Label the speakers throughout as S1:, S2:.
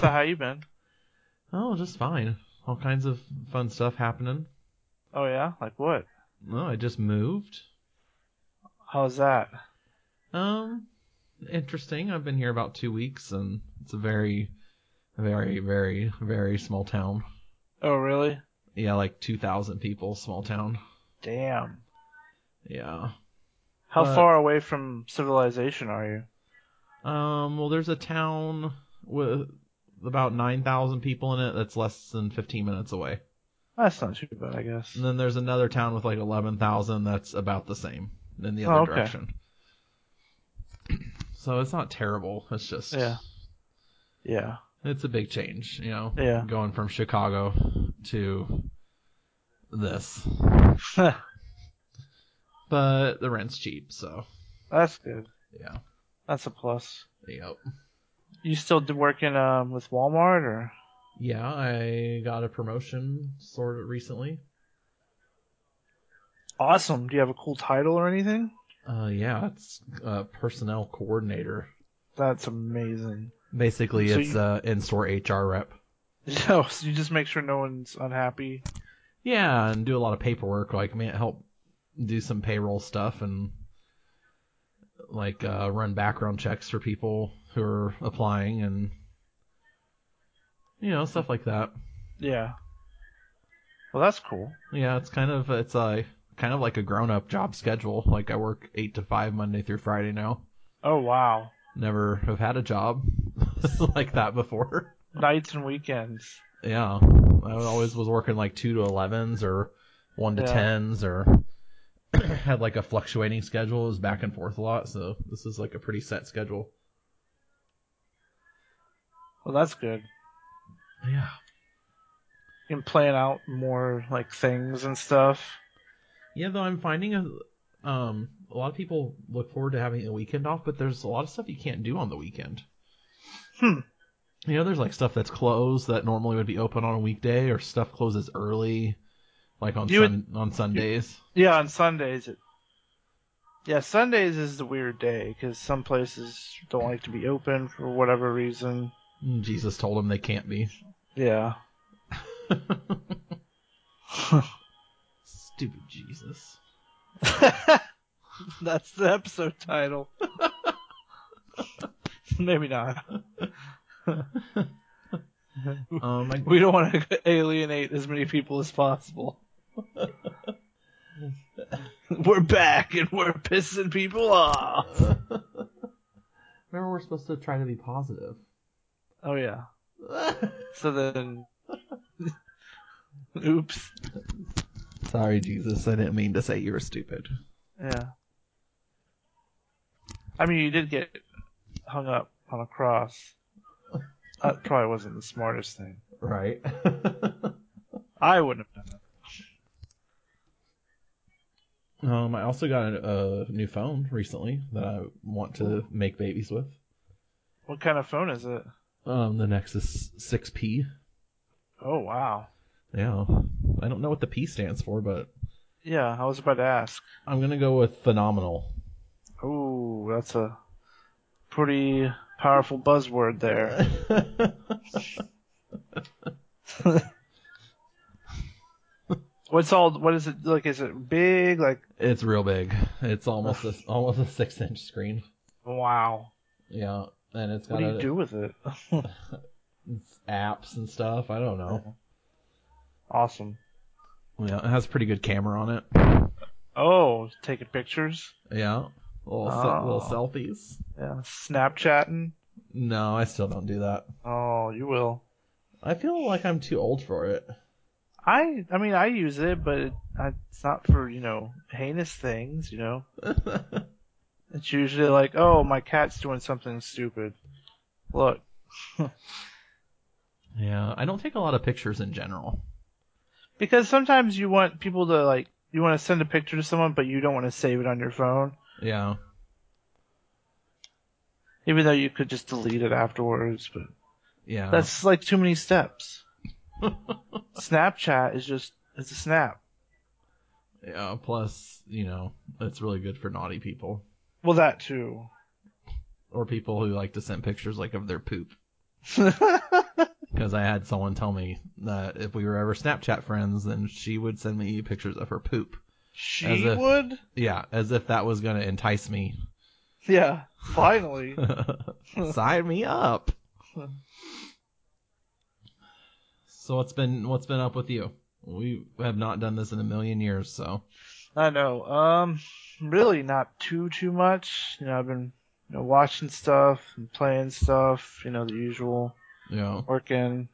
S1: been?
S2: Oh, just fine. All kinds of fun stuff happening.
S1: Oh yeah, like what?
S2: Oh, I just moved.
S1: How's that?
S2: Um, interesting. I've been here about two weeks, and it's a very, very, very, very small town.
S1: Oh really?
S2: Yeah, like two thousand people, small town.
S1: Damn.
S2: Yeah.
S1: How
S2: But-
S1: far away from civilization are you?
S2: Um. Well, there's a town with about nine thousand people in it that's less than fifteen minutes away,
S1: That's not too bad, I guess.
S2: and then there's another town with like eleven thousand that's about the same in the
S1: Oh,
S2: other
S1: okay.
S2: direction. So it's not terrible. It's just
S1: Yeah. Yeah.
S2: It's a big change, you know.
S1: Yeah.
S2: Going from Chicago to this. But the rent's cheap, so
S1: That's good.
S2: yeah.
S1: That's a plus.
S2: Yep.
S1: You still d- working um, with Walmart or?
S2: Yeah, I got a promotion sort of recently.
S1: Awesome. Do you have a cool title or anything?
S2: Uh yeah, it's uh personnel coordinator.
S1: That's amazing.
S2: Basically
S1: So
S2: it's
S1: you-
S2: uh in store HR rep.
S1: No, so you just make sure no one's unhappy.
S2: Yeah, and do a lot of paperwork, like man help do some payroll stuff and like uh run background checks for people who are applying and you know, stuff like that.
S1: Yeah. Well, that's cool.
S2: Yeah, it's kind of it's a kind of like a grown up job schedule. Like I work eight to five Monday through Friday now.
S1: Oh wow.
S2: Never have had a job like that before.
S1: Nights and weekends.
S2: Yeah. I was- always was working like two to elevens or one to
S1: Yeah.
S2: tens or had like a fluctuating schedule. It was back and forth a lot, so this is like a pretty set schedule.
S1: Well, that's good.
S2: Yeah.
S1: You can plan out more like things and stuff.
S2: Yeah, though I'm finding a um a lot of people look forward to having a weekend off, but there's a lot of stuff you can't do on the weekend.
S1: Hmm.
S2: You know, there's like stuff that's closed that normally would be open on a weekday, or stuff closes early, like on
S1: You would-
S2: sun, on Sundays.
S1: Yeah, on Sundays it. Yeah, Sundays is the weird day because some places don't like to be open for whatever reason.
S2: Mm, Jesus told them they can't be.
S1: Yeah.
S2: Stupid Jesus.
S1: That's the episode title. Maybe not.
S2: Um, I,
S1: We don't want to alienate as many people as possible. we're back and we're pissing people off.
S2: remember we're supposed to try to be positive.
S1: Oh yeah. So then, oops.
S2: Sorry, Jesus. I didn't mean to say you were stupid.
S1: Yeah. I mean, you did get hung up on a cross. That probably wasn't the smartest thing.
S2: Right.
S1: I wouldn't have done
S2: um, I also got a, a new phone recently that I want to make babies with.
S1: it. What kind of phone is it?
S2: Um, the Nexus 6P.
S1: Oh wow.
S2: Yeah. I don't know what the P stands for, but
S1: Yeah, I was about to ask.
S2: I'm gonna go with phenomenal.
S1: Ooh, that's a pretty powerful buzzword there. What's all? What is it like? Is it big? Like
S2: it's real big. It's almost a, almost a six inch screen.
S1: wow.
S2: Yeah, and it's
S1: What
S2: got
S1: do you
S2: a-
S1: do with it?
S2: it's apps and stuff. I don't know.
S1: Awesome.
S2: Yeah, it has a pretty good camera on it.
S1: Oh, taking pictures.
S2: Yeah, little se-
S1: Oh.
S2: little selfies.
S1: Yeah, Snapchatting.
S2: No, I still don't do that.
S1: Oh, you will.
S2: I feel like I'm too old for it.
S1: I I mean I use it, but it, I, it's not for you know heinous things. You know, it's usually like, oh, my cat's doing something stupid. Look,
S2: yeah, I don't take a lot of pictures in general.
S1: because sometimes you want people to like you want to send a picture to someone, but you don't want to save it on your phone,
S2: Yeah,
S1: even though you could just delete it afterwards. But
S2: yeah.
S1: that's like too many steps. Snapchat is just it's a snap.
S2: yeah. Plus, you know, it's really good for naughty people
S1: Well, that too.
S2: or people who like to send pictures like of their poop. because I had someone tell me that if we were ever Snapchat friends, then she would send me pictures of her poop. As
S1: She
S2: a-
S1: would?
S2: Yeah, as if that was gonna entice me.
S1: Yeah, finally.
S2: Sign me up. so what's been what's been up with you? We have not done this in a million years, so
S1: I know. Um, really not too too much. You know, I've been you know watching stuff and playing stuff. You know, the usual
S2: you know.
S1: working.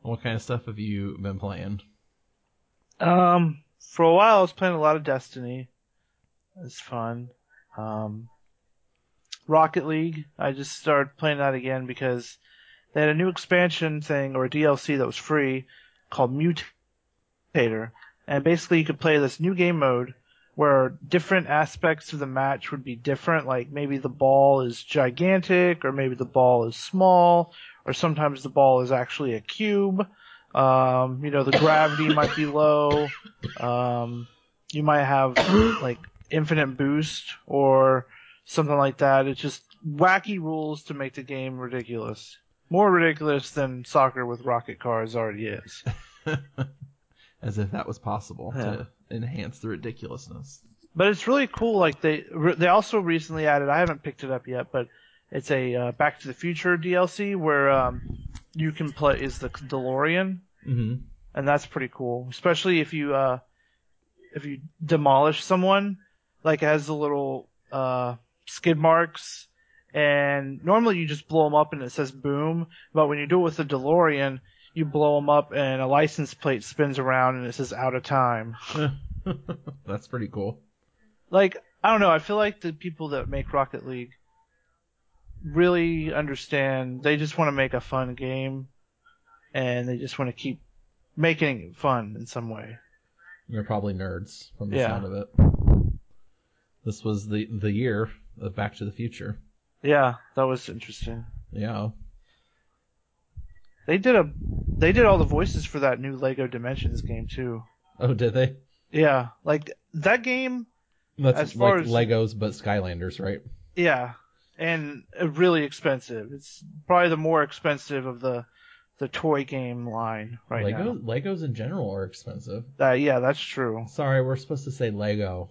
S2: What kind of stuff have you been playing?
S1: Um, for a while I was playing a lot of Destiny. It's fun. Um, Rocket League. I just started playing that again because they had a new expansion thing or DLC that was free called Mutator, and basically you could play this new game mode where different aspects of the match would be different. Like maybe the ball is gigantic, or maybe the ball is small, or sometimes the ball is actually a cube. Um, you know, the gravity might be low. Um, you might have like infinite boost or something like that. It's just wacky rules to make the game ridiculous. More ridiculous than soccer with rocket cars already is.
S2: As if that was possible
S1: Yeah.
S2: to enhance the ridiculousness.
S1: But it's really cool. Like they re- they also recently added. I haven't picked it up yet, but it's a uh, Back to the Future DLC where um, you can play is the DeLorean,
S2: Mm-hmm.
S1: and that's pretty cool. Especially if you uh, if you demolish someone, like it has the little uh, skid marks, and normally you just blow them up and it says boom. But when you do it with the DeLorean, you blow them up and a license plate spins around and it says out of time.
S2: That's pretty cool.
S1: like I don't know. I feel like the people that make Rocket League really understand. They just want to make a fun game, and they just want to keep making it fun in some way.
S2: They're probably nerds from the
S1: Yeah.
S2: sound of it. This was the the year of Back to the Future.
S1: Yeah, that was interesting.
S2: Yeah.
S1: They did a they did all the voices for that new Lego Dimensions game too.
S2: Oh, did they?
S1: Yeah, like that game.
S2: That's
S1: As far
S2: like
S1: as-
S2: Legos, but Skylanders, right?
S1: Yeah, and uh, really expensive. It's probably the more expensive of the the toy game line right
S2: Lego, Legos in general are expensive.
S1: now. Uh, yeah, that's true.
S2: Sorry, we're supposed to say Lego.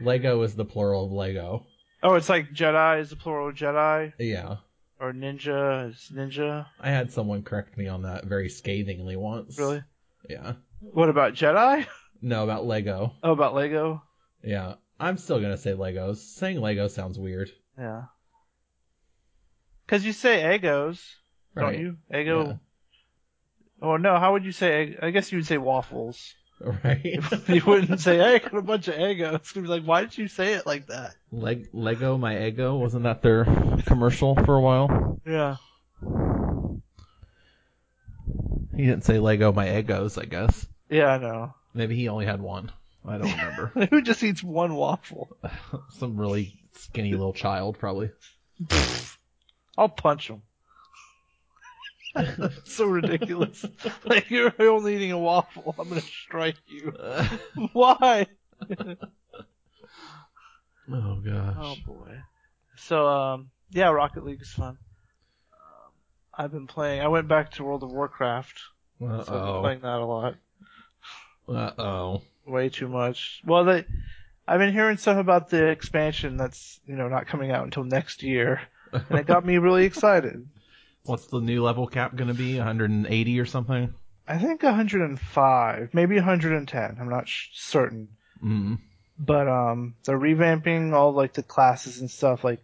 S2: Lego is the plural of Lego.
S1: Oh, it's like Jedi is the plural of Jedi,
S2: Yeah.
S1: or ninja is ninja.
S2: I had someone correct me on that very scathingly once.
S1: Really?
S2: Yeah.
S1: What about Jedi?
S2: No, about Lego.
S1: Oh, about Lego.
S2: Yeah. I'm still gonna say Legos. Saying Lego sounds weird.
S1: Yeah. Because you say Eggos,
S2: Right.
S1: don't you? Eggo. Oh no, how would you say? Egg? I guess you would say waffles.
S2: Right.
S1: you wouldn't say I got a bunch of Eggos. You'd be like, why did you say it like that?
S2: Leg- Lego my ego wasn't that their commercial for a while?
S1: Yeah.
S2: He didn't say Lego my egos, I guess.
S1: Yeah, I know.
S2: Maybe he only had one. I don't remember.
S1: Who just eats one waffle?
S2: Some really skinny little child probably.
S1: I'll punch him. It's so ridiculous. like you're only eating a waffle. I'm gonna strike you. Why?
S2: oh
S1: Oh
S2: gosh.
S1: boy. So um, yeah, Rocket League is fun. Um, I've been playing. I went back to World of Warcraft, so
S2: Uh
S1: I've been
S2: oh.
S1: playing that a lot,
S2: Uh oh.
S1: way too much. Well, they, I've been hearing stuff about the expansion that's you know not coming out until next year, and it got me really excited.
S2: What's the new level cap gonna be? 180 or something?
S1: I think 105, maybe 110. I'm not sh- certain.
S2: Mm.
S1: but um they're revamping all like the classes and stuff like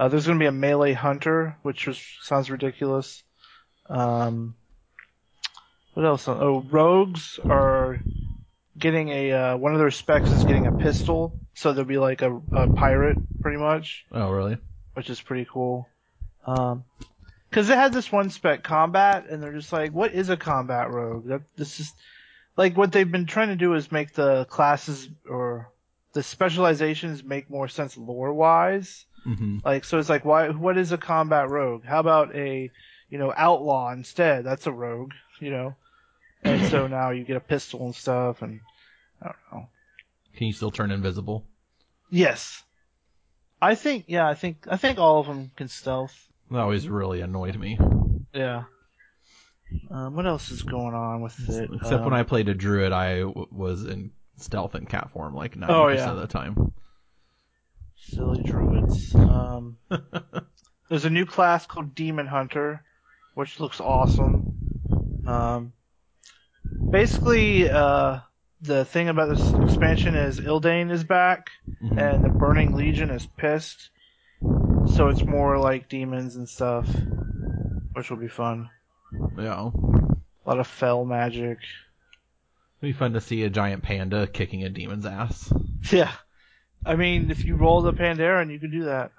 S1: uh, there's going to be a melee hunter which was, sounds ridiculous um what else oh rogues are getting a uh, one of their specs is getting a pistol so they'll be like a, a pirate pretty much
S2: Oh really?
S1: which is pretty cool um because they had this one spec combat and they're just like what is a combat rogue that this is like what they've been trying to do is make the classes or the specializations make more sense lore wise
S2: Mm-hmm.
S1: like so it's like why what is a combat rogue how about a you know outlaw instead that's a rogue you know and so now you get a pistol and stuff and i don't know
S2: Can you still turn invisible?
S1: yes i think yeah i think i think all of them can stealth
S2: That always really annoyed me.
S1: yeah Um, what else is going on with it?
S2: Except when
S1: Um,
S2: I played a druid, I w- was in stealth and cat form like 90%
S1: Oh,
S2: of
S1: yeah.
S2: the time.
S1: silly druids. Um, there's a new class called Demon Hunter, which looks awesome. Um, basically, uh, the thing about this expansion is Ildane is back,
S2: Mhm.
S1: and the Burning Legion is pissed. So it's more like demons and stuff, which will be fun.
S2: yeah.
S1: A lot of fell magic.
S2: It'd be fun to see a giant panda kicking a demon's ass.
S1: Yeah. I mean, if you roll the Pandaren, you can do that.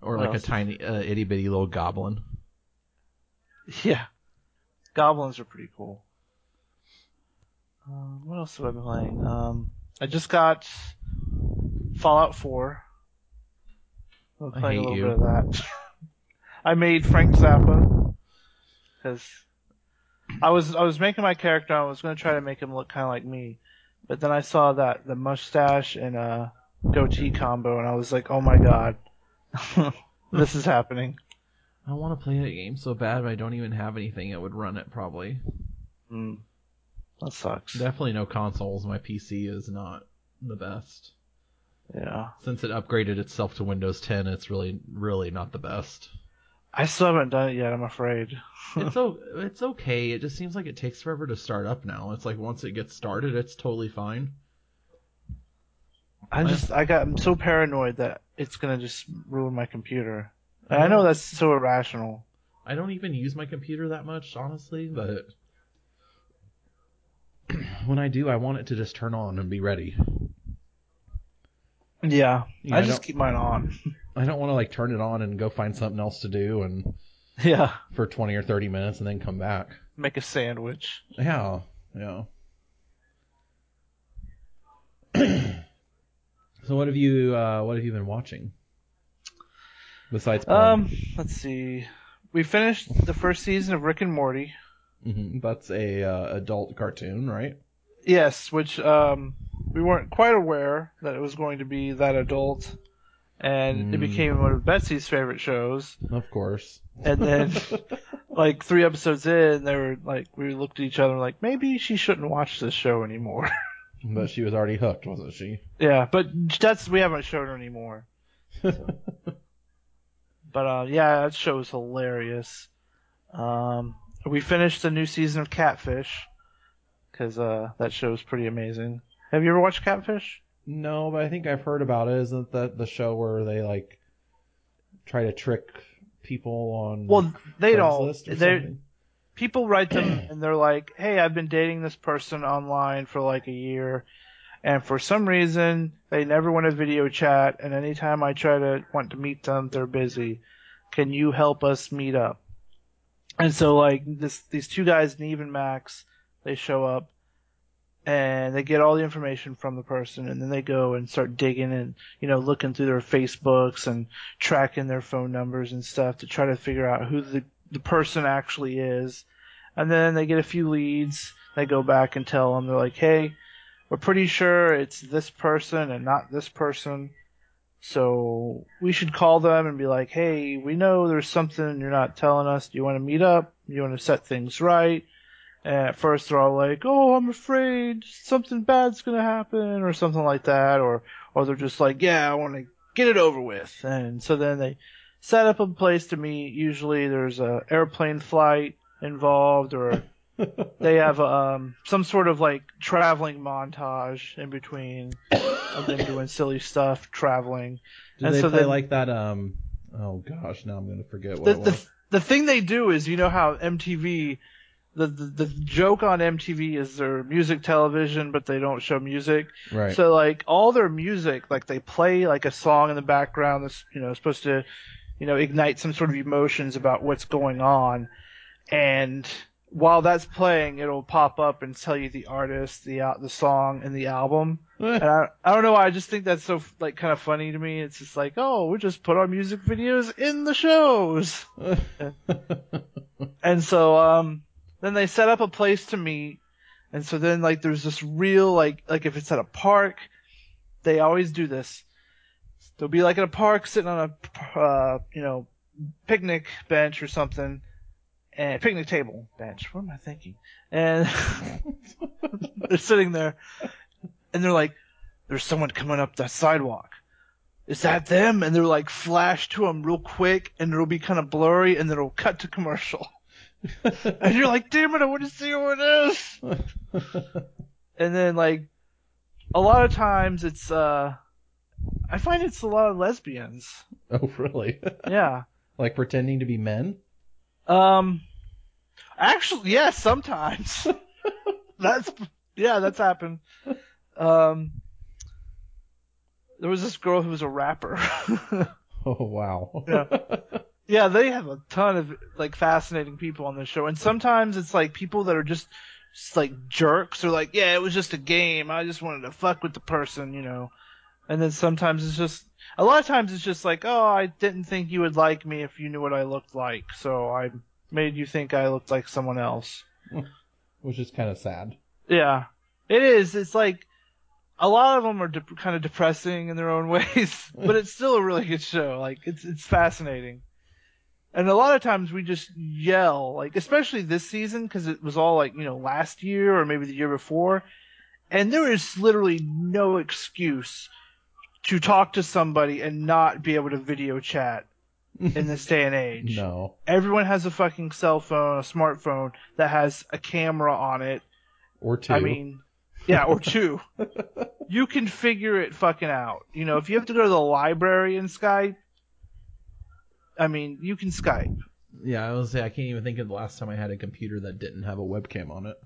S2: or
S1: What
S2: like a
S1: else?
S2: tiny, uh, itty bitty little goblin.
S1: Yeah. Goblins are pretty cool. Um, what else have I been playing? Um, I just got Fallout 4. I'm
S2: I
S1: playing a
S2: hate
S1: little
S2: you.
S1: bit of that. I made Frank Zappa because I was I was making my character. I was going to try to make him look kind of like me, but then I saw that the mustache and uh, goatee combo, and I was like, oh my god, this is happening.
S2: I want to play that game so bad, but I don't even have anything that would run it. Probably, Hmm.
S1: Mm. That sucks.
S2: definitely no consoles. My PC is not the best.
S1: yeah.
S2: Since it upgraded itself to Windows 10, it's really, really not the best.
S1: I still haven't done it yet. I'm afraid.
S2: it's o- it's okay. It just seems like it takes forever to start up now. It's like once it gets started, it's totally fine.
S1: I just I got I'm so paranoid that it's gonna just ruin my computer. And I know that's so irrational.
S2: I don't even use my computer that much, honestly, but when I do, I want it to just turn on and be ready.
S1: Yeah,
S2: Yeah,
S1: I
S2: I
S1: just
S2: don't-
S1: keep mine on.
S2: I don't want to like turn it on and go find something else to do and
S1: yeah,
S2: for 20 or 30 minutes and then come back.
S1: make a sandwich.
S2: Yeah, yeah. so what have you uh, what have you been watching besides porn?
S1: Um, let's see. We finished the first season of Rick and Morty.
S2: Mhm, That's a uh, adult cartoon, right?
S1: Yes, which um we weren't quite aware that it was going to be that adult, and it
S2: Mm.
S1: became one of Betsy's favorite shows.
S2: Of course.
S1: And then, like three episodes in, they were like we looked at each other like maybe she shouldn't watch this show anymore.
S2: But she was already hooked, wasn't she?
S1: Yeah, but that's we haven't shown her anymore. But uh, yeah, that show is hilarious. Um, we finished the new season of Catfish because uh, that show is pretty amazing. Have you ever watched Catfish?
S2: No, but I think I've heard about it. Isn't that the show where they like try to trick people on
S1: Well, they don't.
S2: Craigslist or
S1: They
S2: something?
S1: people write them and they're like, "Hey, I've been dating this person online for like a year, and for some reason they never want to video chat. And anytime I try to want to meet them, they're busy. Can you help us meet up?" And so like this, these two guys, Neve and Max, they show up. And they get all the information from the person, and then they go and start digging and you know looking through their Facebooks and tracking their phone numbers and stuff to try to figure out who the the person actually is and then they get a few leads. They go back and tell them, they're like, hey, we're pretty sure it's this person and not this person. So we should call them and be like, hey, we know there's something you're not telling us. Do you want to meet up? Do you want to set things right? And at first they're all like, oh, I'm afraid something bad's going to happen or something like that. Or, or they're just like, yeah, I want to get it over with. And so then they set up a place to meet. Usually there's a airplane flight involved or they have um, some sort of like traveling montage in between of them doing silly stuff, traveling.
S2: Do
S1: and
S2: they
S1: so
S2: play
S1: then-
S2: like that? Um. Oh gosh, now I'm gonna forget what
S1: The,
S2: it
S1: the
S2: was.
S1: the thing they do is you know how MTV. The, the, the joke on MTV is their music television, but they don't show music.
S2: right.
S1: So like all their music, like they play like a song in the background that's you know supposed to, you know, ignite some sort of emotions about what's going on, and while that's playing, it'll pop up and tell you the artist, the uh, the song, and the album. And I, I don't know why I just think that's so like kind of funny to me. It's just like oh we just put our music videos in the shows.
S2: uh,
S1: And so um then they set up a place to meet. And so then like there's this real like like if it's at a park, they always do this. They'll be like in a park sitting on a uh, you know picnic bench or something, and picnic table bench. What am I thinking? And they're sitting there, and they're like, "There's someone coming up the sidewalk." Is that them? And they're like flash to them real quick, and it'll be kind of blurry, and then it'll cut to commercial. and you're like, "Damn it! I want to see who it is." and then like a lot of times it's uh I find it's a lot of lesbians.
S2: oh, really?
S1: Yeah.
S2: like pretending to be men?
S1: Um actually yeah, sometimes. that's yeah, that's happened. Um there was this girl who was a rapper.
S2: Oh, wow.
S1: yeah, they have a ton of like fascinating people on the show and sometimes it's like people that are just, just like jerks or like, yeah, it was just a game. I just wanted to fuck with the person, you know. And then sometimes it's just a lot of times it's just like, oh, I didn't think you would like me if you knew what I looked like, so I made you think I looked like someone else.
S2: Which is kind of sad.
S1: Yeah, it is. It's like a lot of them are de- kind of depressing in their own ways, but it's still a really good show. Like it's it's fascinating, and a lot of times we just yell, like especially this season because it was all like you know last year or maybe the year before, and there is literally no excuse to talk to somebody and not be able to video chat in this day and age
S2: No.
S1: everyone has a fucking cell phone a smartphone that has a camera on it
S2: Or two.
S1: I mean, yeah, or two. you can figure it fucking out. You know, if you have to go to the library and Skype, I mean, you can Skype.
S2: Yeah, I was gonna say I can't even think of the last time I had a computer that didn't have a webcam on it.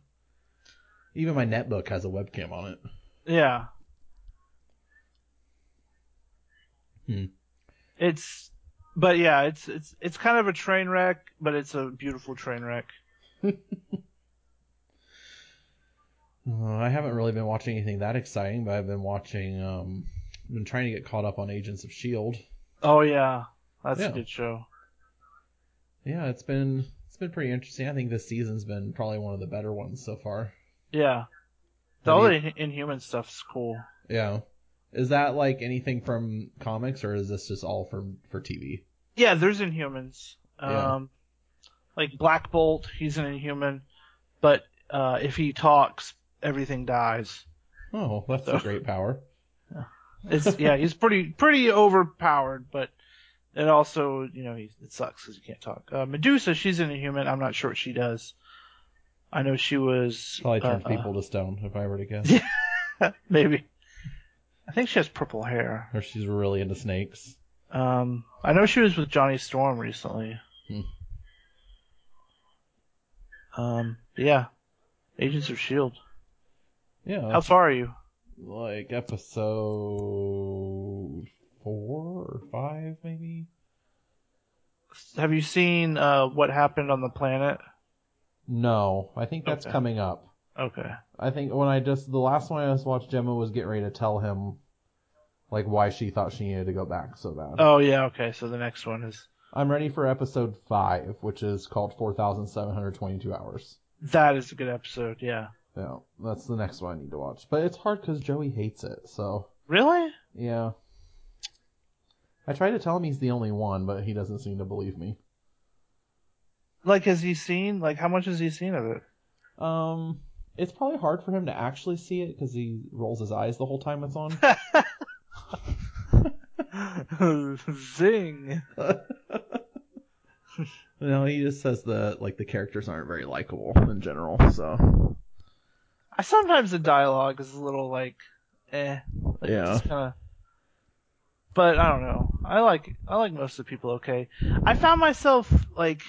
S2: Even my netbook has a webcam on it.
S1: Yeah.
S2: Hmm.
S1: It's, but yeah, it's it's it's kind of a train wreck, but it's a beautiful train wreck.
S2: Uh, I haven't really been watching anything that exciting, but I've been watching. Um, I've been trying to get caught up on Agents of Shield.
S1: Oh yeah, that's
S2: Yeah.
S1: a good show.
S2: Yeah, it's been it's been pretty interesting. I think this season's been probably one of the better ones so far.
S1: Yeah. The
S2: Have
S1: all
S2: you-
S1: the in- Inhuman stuff's cool.
S2: Yeah, is that like anything from comics, or is this just all from for TV?
S1: Yeah, there's Inhumans. Um,
S2: Yeah.
S1: like Black Bolt, he's an Inhuman, but uh, if he talks, everything dies.
S2: Oh, that's a great power.
S1: It's yeah, he's pretty pretty overpowered, but it also you know he, it sucks because he can't talk. Uh, Medusa, she's an Inhuman. I'm not sure what she does. I know she was
S2: Probably turns
S1: uh,
S2: people to stone, if I were to guess.
S1: maybe. I think she has purple hair.
S2: or she's really into snakes.
S1: Um, I know she was with Johnny Storm recently.
S2: Hmm.
S1: Um, but yeah, Agents of Shield.
S2: Yeah,
S1: E How far are you?
S2: like episode four or five, maybe.
S1: Have you seen uh, what happened on the planet?
S2: No, I think that's
S1: Okay.
S2: coming up.
S1: Okay.
S2: I think when I just the last one I just watched, Gemma was getting ready to tell him like why she thought she needed to go back so bad.
S1: Oh yeah. Okay. So the next one is
S2: I'm ready for episode five, which is called Four Thousand Seven Hundred Twenty-Two Hours.
S1: that is a good episode. Yeah.
S2: Yeah, that's the next one I need to watch. But it's hard because Joey hates it, so
S1: Really?
S2: yeah. I try to tell him he's the only one, but he doesn't seem to believe me.
S1: Like, has he seen? Like, how much has he seen of it?
S2: Um, it's probably hard for him to actually see it because he rolls his eyes the whole time it's on.
S1: Zing.
S2: no, he just says that like the characters aren't very likable in general. So
S1: I sometimes the dialogue is a little like, eh. Like,
S2: Yeah.
S1: Just kind of. But I don't know. I like I like most of the people. Okay. I found myself like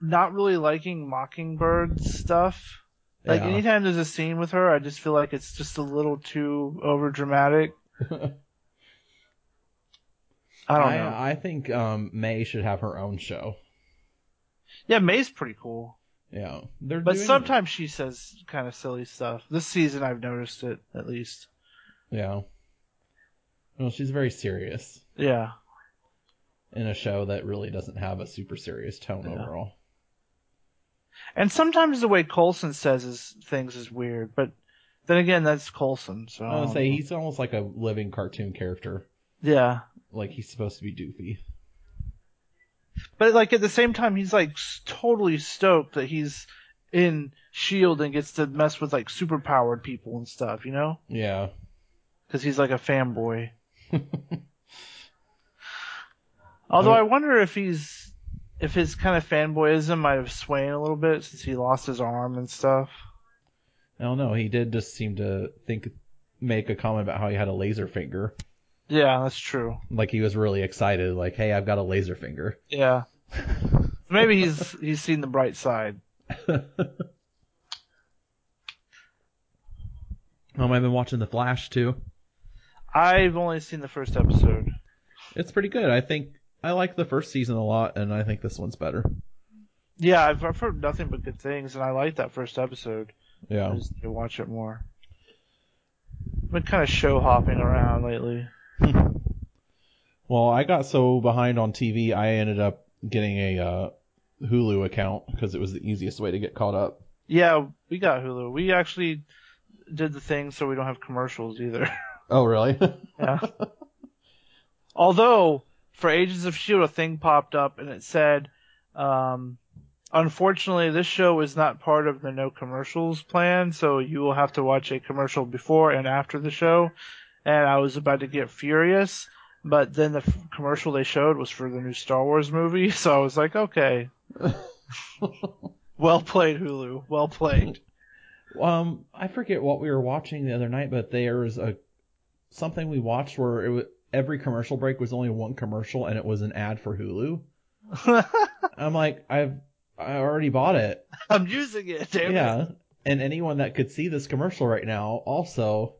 S1: not really liking Mockingbird stuff. Like
S2: yeah.
S1: anytime there's a scene with her, I just feel like it's just a little too over dramatic. I don't know.
S2: I, I think um, May should have her own show.
S1: Yeah, May's pretty cool,
S2: Yeah, they're
S1: but
S2: doing-
S1: sometimes she says kind of silly stuff. This season, I've noticed it at least.
S2: yeah. Well, she's very serious
S1: Yeah,
S2: in a show that really doesn't have a super serious tone
S1: Yeah.
S2: overall.
S1: and sometimes the way Colson says his things is weird, but then again, that's Colson. So
S2: I
S1: I
S2: would
S1: don't
S2: say
S1: know.
S2: he's almost like a living cartoon character.
S1: yeah,
S2: Like he's supposed to be doofy.
S1: But like at the same time, he's like s- totally stoked that he's in Shield E and gets to mess with like superpowered people and stuff, you know?
S2: Yeah.
S1: Because he's like a fanboy. Although I wonder if he's if his kind of fanboyism might have swayed a little bit since he lost his arm and stuff.
S2: I don't know. He did just seem to think, make a comment about how he had a laser finger.
S1: Yeah, that's true.
S2: Like he was really excited. Like, hey, I've got a laser finger.
S1: Yeah. Maybe he's he's seen the bright side.
S2: Um, I've been watching The Flash too.
S1: I've only seen the first episode.
S2: It's pretty good. I think I like the first season a lot, and I think this one's better.
S1: Yeah, I've, I've heard nothing but good things, and I like that first episode. I
S2: Yeah.
S1: just need to watch it more. I've been kind of show hopping around lately.
S2: Well, I got so behind on TV, I ended up getting a uh, Hulu account because it was the easiest way to get caught up.
S1: Yeah, we got Hulu. We actually did the thing so we don't have commercials either.
S2: Oh, really?
S1: Yeah. Although for Agents of Shield, E a thing popped up and it said, um, "Unfortunately, this show is not part of the no commercials plan, so you will have to watch a commercial before and after the show." And I was about to get furious, but then the f- commercial they showed was for the new Star Wars movie, so I was like, "Okay." well played, Hulu. Well played.
S2: um, I forget what we were watching the other night, but there was a something we watched where it was, every commercial break was only one commercial, and it was an ad for Hulu. I'm like, I've I already bought it.
S1: I'm using it. Damn it.
S2: yeah, and anyone that could see this commercial right now also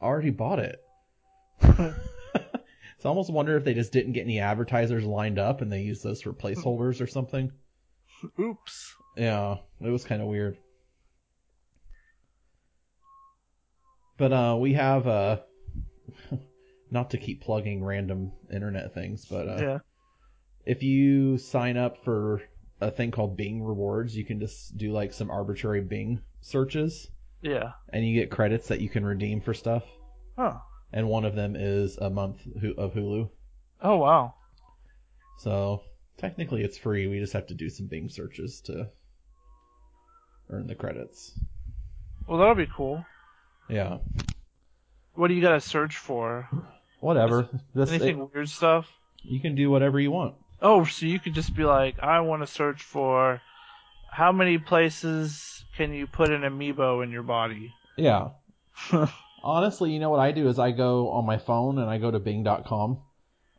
S2: already bought it. so I almost wonder if they just didn't get any advertisers lined up and they used those for placeholders or something.
S1: Oops.
S2: Yeah, it was kind of weird. But uh, we have uh, not to keep plugging random internet things, but uh,
S1: Yeah.
S2: if you sign up for a thing called Bing Rewards, you can just do like some arbitrary Bing searches.
S1: Yeah.
S2: and you get credits that you can redeem for stuff.
S1: Oh.
S2: And one of them is a month hu- of Hulu.
S1: Oh wow.
S2: So technically, it's free. We just have to do some Bing searches to earn the credits.
S1: Well, that'll be cool.
S2: Yeah,
S1: What do you gotta search for?
S2: whatever. This it-
S1: Anything weird stuff?
S2: you can do whatever you want.
S1: Oh, so you could just be like, I want to search for how many places can you put an amiibo in your body?
S2: Yeah. Honestly, you know what I do is I go on my phone and I go to Bing.com,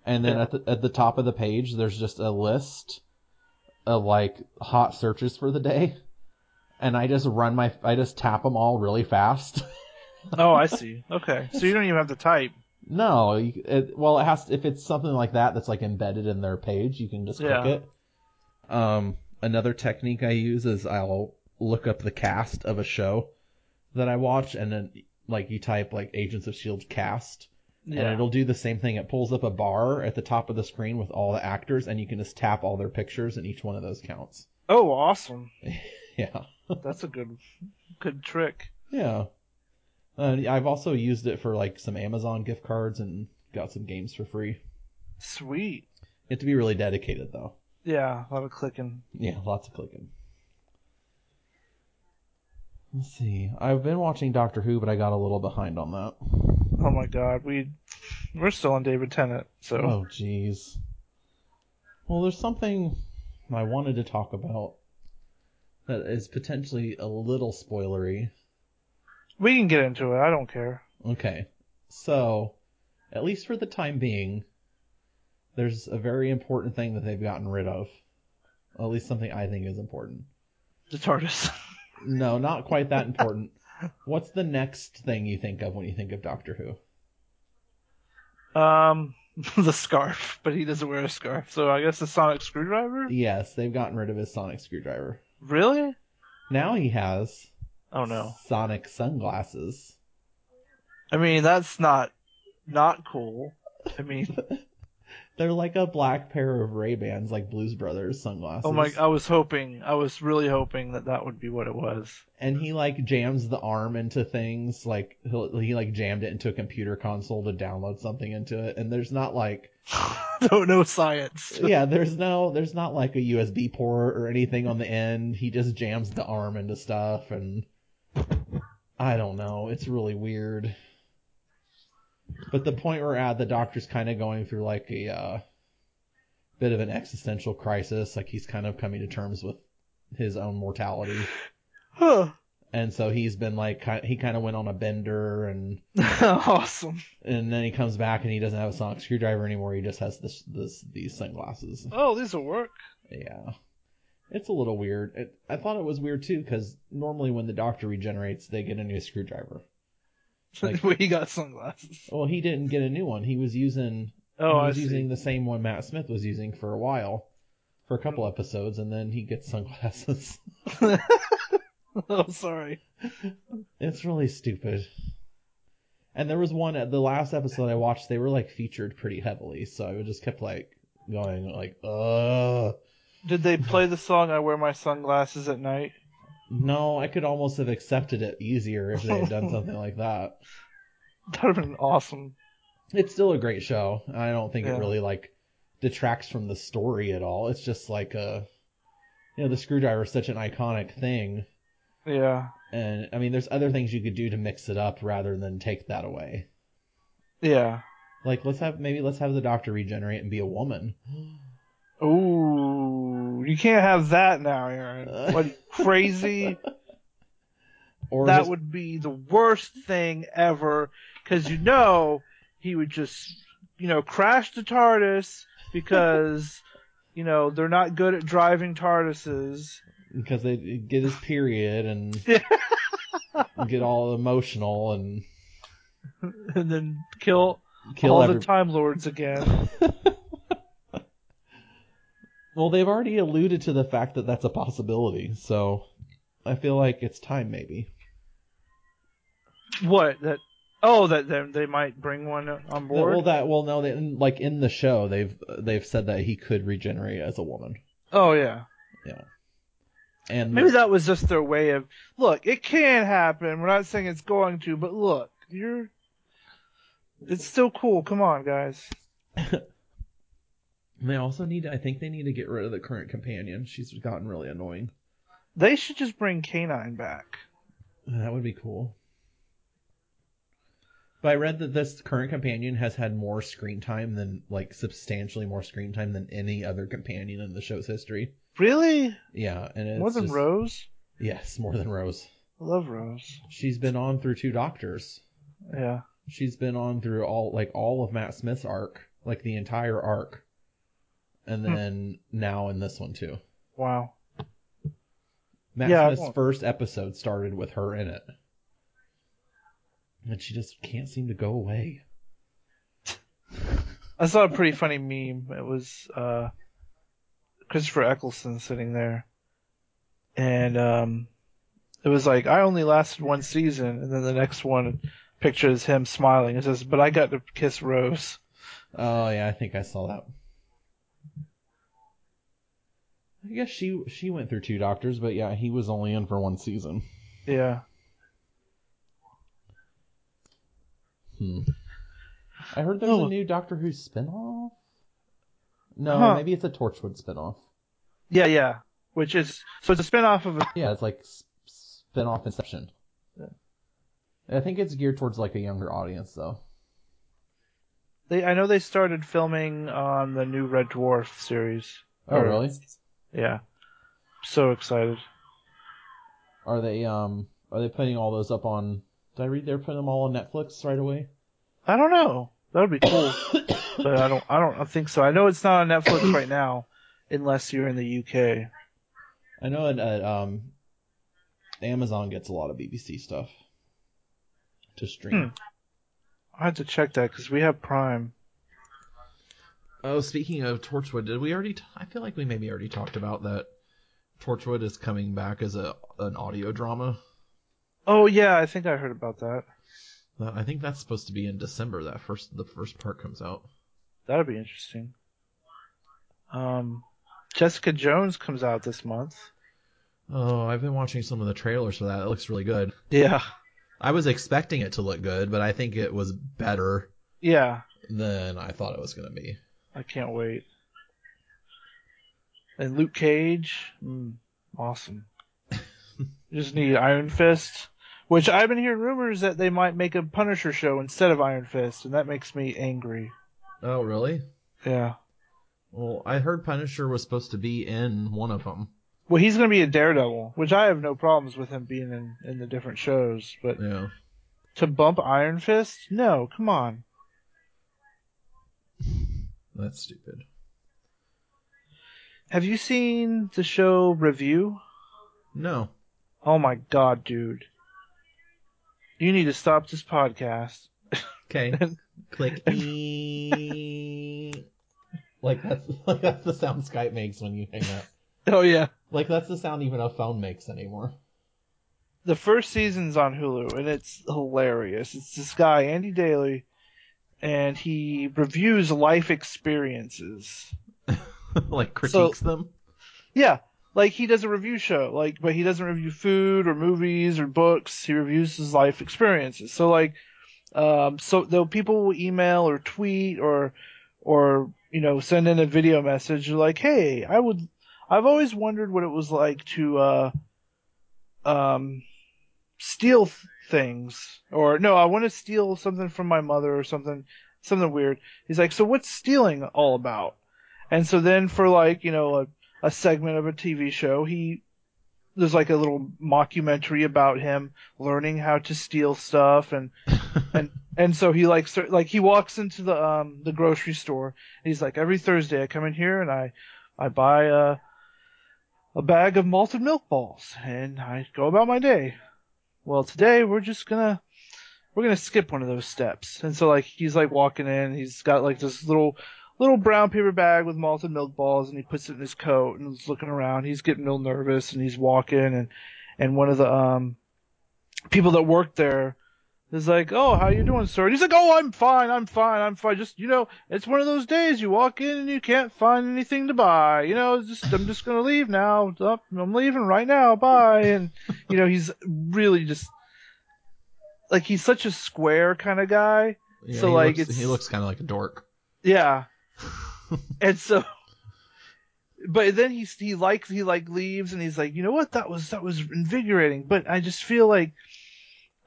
S2: and then
S1: Yeah.
S2: at the at the top of the page there's just a list of like hot searches for the day, and I just run my I just tap them all really fast.
S1: oh, I see. Okay, so you don't even have to type.
S2: No, you, it, well, it has to, if it's something like that that's like embedded in their page, you can just click
S1: Yeah.
S2: it. Um, another technique I use is I'll look up the cast of a show that I watch, and then like you type like Agents of Shield E cast, and
S1: Yeah.
S2: it'll do the same thing. It pulls up a bar at the top of the screen with all the actors, and you can just tap all their pictures, and each one of those counts.
S1: Oh, awesome.
S2: Yeah,
S1: That's a good, good trick.
S2: yeah. Uh, I've also used it for like some Amazon gift cards and got some games for free.
S1: Sweet.
S2: You have to be really dedicated though.
S1: Yeah, a lot of clicking.
S2: Yeah, lots of clicking. Let's see. I've been watching Doctor Who, but I got a little behind on that.
S1: Oh my God, we we're still on David Tennant, so
S2: Oh, jeez. Well, there's something I wanted to talk about that is potentially a little spoilery.
S1: we can get into it. I don't care.
S2: Okay. So, at least for the time being, there's a very important thing that they've gotten rid of. At least something I think is important.
S1: The TARDIS.
S2: No, not quite that important. What's the next thing you think of when you think of Doctor Who?
S1: Um, the scarf, but he doesn't wear a scarf, so I guess the sonic screwdriver.
S2: Yes, they've gotten rid of his sonic screwdriver.
S1: Really?
S2: Now he has
S1: Oh no.
S2: sonic sunglasses.
S1: I mean, that's not not cool. I mean,
S2: They're like a black pair of Ray Bans, like Blues Brothers sunglasses.
S1: Oh my! I was hoping, I was really hoping that that would be what it was.
S2: And he like jams the arm into things, like he he like jammed it into a computer console to download something into it. And there's not like
S1: no, no science.
S2: yeah, there's no there's not like a USB port or anything on the end. He just jams the arm into stuff, and I don't know. It's really weird. But the point we're at, the doctor's kind of going through like a uh, bit of an existential crisis. Like he's kind of coming to terms with his own mortality,
S1: Huh.
S2: and so he's been like ki- he kind of went on a bender, and
S1: awesome.
S2: and then he comes back and he doesn't have a sonic screwdriver anymore. He just has this this these sunglasses.
S1: Oh, these will work.
S2: Yeah. It's a little weird. It, I thought it was weird too, because normally when the doctor regenerates, they get a new screwdriver. Like-
S1: we got sunglasses.
S2: Well, he didn't get a new one. He was using
S1: Oh,
S2: he
S1: I
S2: was
S1: see.
S2: using the same one Matt Smith was using for a while, for a couple episodes, and then he gets sunglasses.
S1: oh, sorry.
S2: it's really stupid. And there was one at the last episode I watched. They were like featured pretty heavily, so I just kept like going like, ugh.
S1: Did they play the song "I Wear My Sunglasses at Night"?
S2: No, I could almost have accepted it easier if they had done something like that.
S1: That would have been awesome.
S2: it's still a great show. I don't think
S1: Yeah.
S2: it really like detracts from the story at all. It's just like a you know, the screwdriver is such an iconic thing.
S1: Yeah,
S2: And I mean there's other things you could do to mix it up rather than take that away.
S1: yeah.
S2: Like let's have maybe let's have the doctor regenerate and be a woman.
S1: Ooh, you can't have that now, Aaron. What are you, crazy?
S2: Uh, Or
S1: that
S2: just-
S1: would be the worst thing ever because you know he would just you know crash the tardis because you know they're not good at driving tardises
S2: because they get his period and get all emotional and
S1: and then kill,
S2: kill
S1: all
S2: every-
S1: the time lords again
S2: Well, they've already alluded to the fact that that's a possibility, so I feel like it's time maybe.
S1: what that oh that then they might bring one on
S2: No,
S1: board
S2: Well, that well, no, they, like in the show, they've they've said that he could regenerate as a woman,
S1: oh yeah
S2: and
S1: maybe that was just their way of look it can happen we're not saying it's going to but look you're it's still cool come on guys
S2: they also need. I think they need to get rid of the current companion. She's gotten really annoying.
S1: They should just bring Canine back.
S2: That would be cool. But I read that this current companion has had more screen time than like substantially more screen time than any other companion in the show's history.
S1: Really?
S2: Yeah, and it's
S1: More than
S2: just-
S1: Rose?
S2: Yes, more than Rose.
S1: I love Rose.
S2: She's been on through two doctors.
S1: Yeah.
S2: she's been on through all like all of Matt Smith's arc, like the entire arc, and
S1: Hmm.
S2: then now in this one too.
S1: Wow.
S2: Matt
S1: Yeah, I
S2: Smith's
S1: won't-
S2: first episode started with her in it, and she just can't seem to go away.
S1: I saw a pretty funny meme. It was uh, Christopher Eccleston sitting there, and um, it was like I only lasted one season, and then the next one pictures him smiling. It says, "But I got to kiss Rose."
S2: Oh yeah, I think I saw that. I guess she she went through two doctors, but yeah, he was only in for one season.
S1: Yeah.
S2: Hmm. I heard there's
S1: Oh.
S2: a new Doctor Who spinoff. No,
S1: Huh.
S2: maybe it's a Torchwood spinoff.
S1: Yeah, yeah. Which is so it's a spinoff of a,
S2: Yeah, it's like s- spin-off Inception. I think it's geared towards like a younger audience though.
S1: they. I know they started filming on the new Red Dwarf series.
S2: Oh
S1: Or-
S2: really?
S1: Yeah. So excited.
S2: Are they um are they putting all those up on? Did I read they're putting them all on Netflix right away?
S1: I don't know. That would be cool, but I don't. I don't. I think so. I know it's not on Netflix right now, unless you're in the UK.
S2: I know it, uh, um Amazon gets a lot of BBC stuff to stream.
S1: I had to check that because we have Prime.
S2: Oh, speaking of Torchwood, did we already? T- I feel like we maybe already talked about that. Torchwood is coming back as a an audio drama.
S1: Oh yeah, I think I heard about that.
S2: I think that's supposed to be in December. That first the first part comes out.
S1: That'd be interesting. Um, Jessica Jones comes out this month.
S2: Oh, I've been watching some of the trailers for that. It looks really good.
S1: Yeah.
S2: I was expecting it to look good, but I think it was better
S1: Yeah.
S2: than I thought it was going to be.
S1: I can't wait. And Luke Cage, mm, awesome. Just need Iron Fist, which I've been hearing rumors that they might make a Punisher show instead of Iron Fist, and that makes me angry.
S2: Oh, really?
S1: Yeah.
S2: Well, I heard Punisher was supposed to be in one of them.
S1: Well, he's going to be a Daredevil, which I have no problems with him being in, in the different shows, but
S2: Yeah.
S1: to bump Iron Fist? No, come on.
S2: That's stupid.
S1: Have you seen the show Review?
S2: No.
S1: Oh my god, dude. You need to stop this podcast.
S2: Okay. Click. eee. like that's like that's the sound Skype makes when you hang up.
S1: Oh yeah.
S2: Like that's the sound even a phone makes anymore.
S1: the first season's on Hulu, and it's hilarious. It's this guy Andy Daly, and he reviews life experiences.
S2: like critiques them.
S1: Yeah, like he does a review show, like but he doesn't review food or movies or books. He reviews his life experiences. So like, um, so though people will email or tweet or or you know send in a video message like, hey, I would, I've always wondered what it was like to uh, um, steal th- things or no, I want to steal something from my mother or something something weird. He's like, so what's stealing all about? And so then for like you know a a segment of a TV show. He there's like a little mockumentary about him learning how to steal stuff and and and so he like cer- like he walks into the um the grocery store and he's like every Thursday I come in here and I I buy a a bag of malted milk balls and I go about my day. Well, today we're just going to we're going to skip one of those steps. And so like he's like walking in, he's got like this little little brown paper bag with malted milk balls and he puts it in his coat and he's looking around. He's getting real nervous and he's walking and and one of the um people that worked there is like, "Oh, how you doing, sir?" And he's like, "Oh, I'm fine. I'm fine. I'm fine. Just, you know, it's one of those days you walk in and you can't find anything to buy. You know, it's just I'm just going to leave now. Up, I'm leaving right now. Bye." And you know, he's really just like he's such a square kind of guy. So,
S2: he
S1: like,
S2: looks,
S1: it's-
S2: he looks kind of like a dork.
S1: Yeah. and so but then he he likes he like leaves and he's like, "You know what? That was that was invigorating, but I just feel like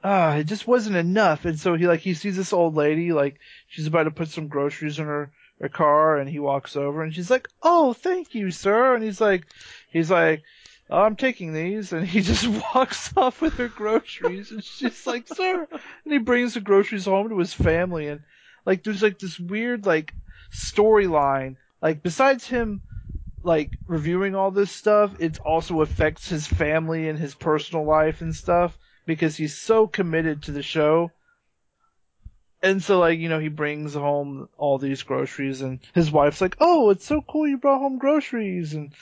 S1: ah, it just wasn't enough." And so he like he sees this old lady like she's about to put some groceries in her her car and he walks over and she's like, "Oh, thank you, sir." And he's like he's like "Oh, I'm taking these, and he just walks off with her groceries, and she's like, "Sir," and he brings the groceries home to his family, and like there's like this weird like storyline like besides him like reviewing all this stuff it also affects his family and his personal life and stuff because he's so committed to the show and so like you know he brings home all these groceries and his wife's like oh it's so cool you brought home groceries and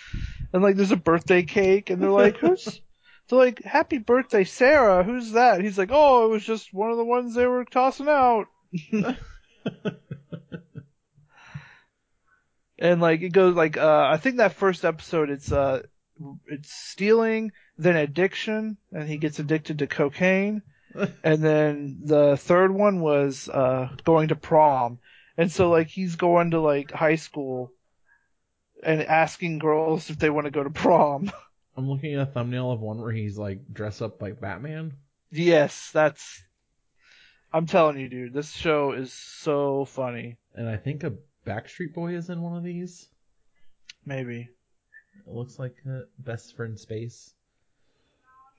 S1: and like there's a birthday cake and they're like who's they're like happy birthday sarah who's that he's like oh it was just one of the ones they were tossing out and like it goes like uh I think that first episode it's uh it's stealing, then addiction, and he gets addicted to cocaine. and then the third one was uh going to prom. And so like he's going to like high school and asking girls if they want to go to prom.
S2: I'm looking at a thumbnail of one where he's like dressed up like Batman.
S1: yes, that's I'm telling you, dude, this show is so funny.
S2: And I think a Backstreet Boy is in one of these.
S1: Maybe.
S2: It looks like uh, Best Friend Space.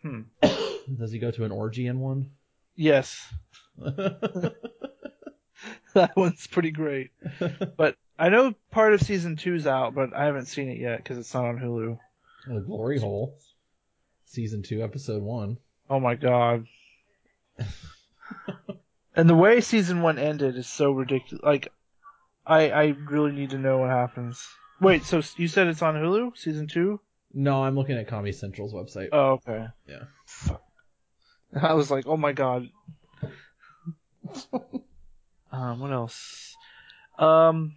S1: Hmm.
S2: Does he go to an orgy in one?
S1: Yes. That one's pretty great. But I know part of season two's out, but I haven't seen it yet because it's not on Hulu.
S2: A glory hole. Season two, episode one.
S1: Oh my god. and the way season one ended is so ridiculous. Like, I I really need to know what happens. Wait, so you said it's on Hulu, season two?
S2: No, I'm looking at Comedy Central's website.
S1: Oh, okay.
S2: Yeah.
S1: Fuck. I was like, oh my god. Uh, um, what else? Um,